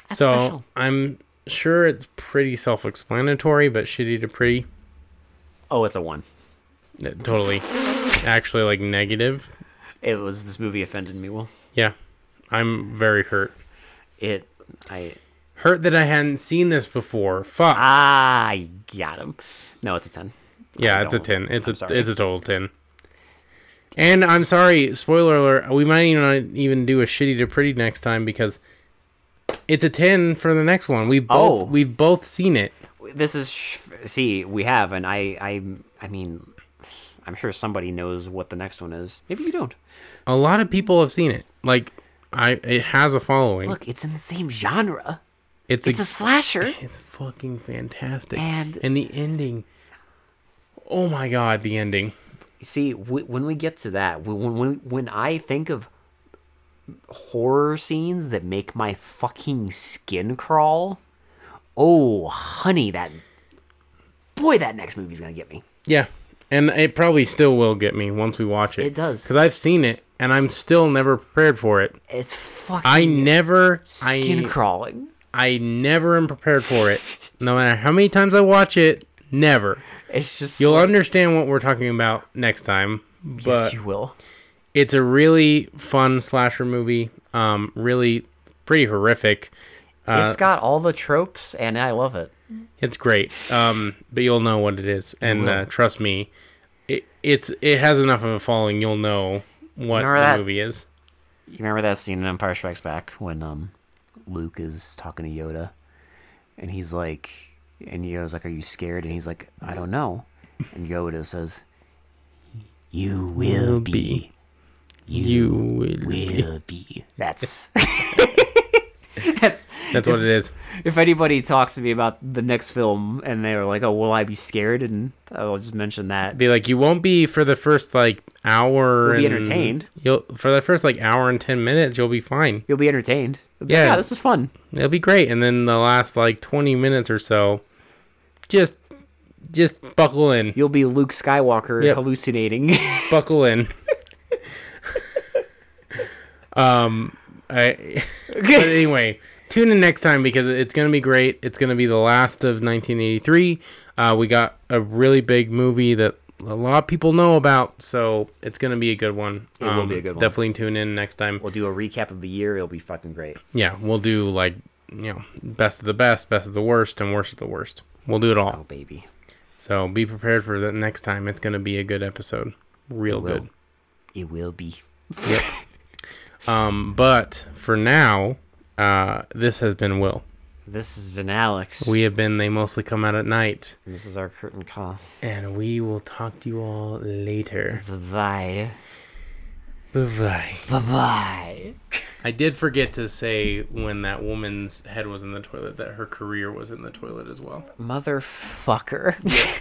Speaker 2: That's
Speaker 1: so
Speaker 2: special.
Speaker 1: I'm sure it's pretty self-explanatory, but shitty to pretty,
Speaker 2: oh, it's a one.
Speaker 1: uh, totally, actually like negative.
Speaker 2: It was this movie offended me. Well,
Speaker 1: Yeah, I'm very hurt.
Speaker 2: it I
Speaker 1: Hurt that I hadn't seen this before. Fuck.
Speaker 2: Ah, I got him. No, it's a ten.
Speaker 1: yeah,
Speaker 2: I
Speaker 1: it's a ten.
Speaker 2: don't-
Speaker 1: It's
Speaker 2: I'm
Speaker 1: a
Speaker 2: sorry.
Speaker 1: it's a total ten. And I'm sorry, spoiler alert. We might even not even do a shitty to pretty next time because it's a ten for the next one. We've both
Speaker 2: Oh.
Speaker 1: we've both seen it.
Speaker 2: This is sh- see we have, and I I I mean, I'm sure somebody knows what the next one is. Maybe you don't.
Speaker 1: A lot of people have seen it. Like I, it has a following.
Speaker 2: Look, it's in the same genre.
Speaker 1: it's,
Speaker 2: It's a slasher.
Speaker 1: It's fucking fantastic.
Speaker 2: And-
Speaker 1: the ending. Oh my god, the ending.
Speaker 2: See, w- when we get to that, w- when when when I think of horror scenes that make my fucking skin crawl, oh honey, that boy, that next movie's gonna get me.
Speaker 1: Yeah. And it probably still will get me once we watch it.
Speaker 2: It does.
Speaker 1: Cuz I've seen it and I'm still never prepared for it.
Speaker 2: It's fucking
Speaker 1: I never
Speaker 2: skin
Speaker 1: I,
Speaker 2: crawling.
Speaker 1: I never am prepared for it. No matter how many times I watch it, never.
Speaker 2: It's just
Speaker 1: You'll
Speaker 2: like,
Speaker 1: understand what we're talking about next time. But
Speaker 2: yes, you will.
Speaker 1: it's a really fun slasher movie. Um really pretty horrific. uh,
Speaker 2: it's got all the tropes, and I love it.
Speaker 1: It's great, um, but you'll know what it is, and
Speaker 2: will.
Speaker 1: uh, trust me, it it's it has enough of a following. You'll know what
Speaker 2: Remember
Speaker 1: the
Speaker 2: that?
Speaker 1: movie is.
Speaker 2: You remember that scene in Empire Strikes Back when um, Luke is talking to Yoda, and he's like, and Yoda's like, "Are you scared?" And he's like, "I don't know." And Yoda says, "You will be.
Speaker 1: You will.
Speaker 2: Will be." That's. That's
Speaker 1: That's what it is.
Speaker 2: if anybody talks to me about the next film and they were like, "Oh, will I be scared?" and I'll just mention that.
Speaker 1: Be like you won't be for the first like hour.
Speaker 2: You'll be
Speaker 1: and-
Speaker 2: entertained.
Speaker 1: You'll for the first like hour and ten minutes, you'll be fine.
Speaker 2: You'll be entertained. Like,
Speaker 1: Yeah.
Speaker 2: yeah, this is fun.
Speaker 1: It'll be great, and then the last like twenty minutes or so, just just buckle in,
Speaker 2: You'll be Luke Skywalker
Speaker 1: Yep.
Speaker 2: hallucinating.
Speaker 1: buckle in. um, I. but anyway, tune in next time because it's going to be great. It's going to be the last of 1983. Uh, we got a really big movie that a lot of people know about, so it's going to be a good one. It
Speaker 2: will be a good one.
Speaker 1: Definitely tune in next time.
Speaker 2: We'll do a recap of the year. It'll be fucking great.
Speaker 1: Yeah, we'll do like, you know, best of the best, best of the worst, and worst of the worst. We'll do it
Speaker 2: Oh,
Speaker 1: all.
Speaker 2: baby.
Speaker 1: So be prepared for that next time. It's going to be a good episode. Real
Speaker 2: will.
Speaker 1: good.
Speaker 2: It will be.
Speaker 1: Um, but for now, uh, this has been Will.
Speaker 2: This has been Alex.
Speaker 1: We have been They Mostly Come Out at Night.
Speaker 2: this is our curtain call.
Speaker 1: And we will talk to you all later.
Speaker 2: Bye
Speaker 1: Bye bye.
Speaker 2: bye. Bye bye.
Speaker 1: I did forget to say when that woman's head was in the toilet that her career was in the toilet as well.
Speaker 2: Motherfucker.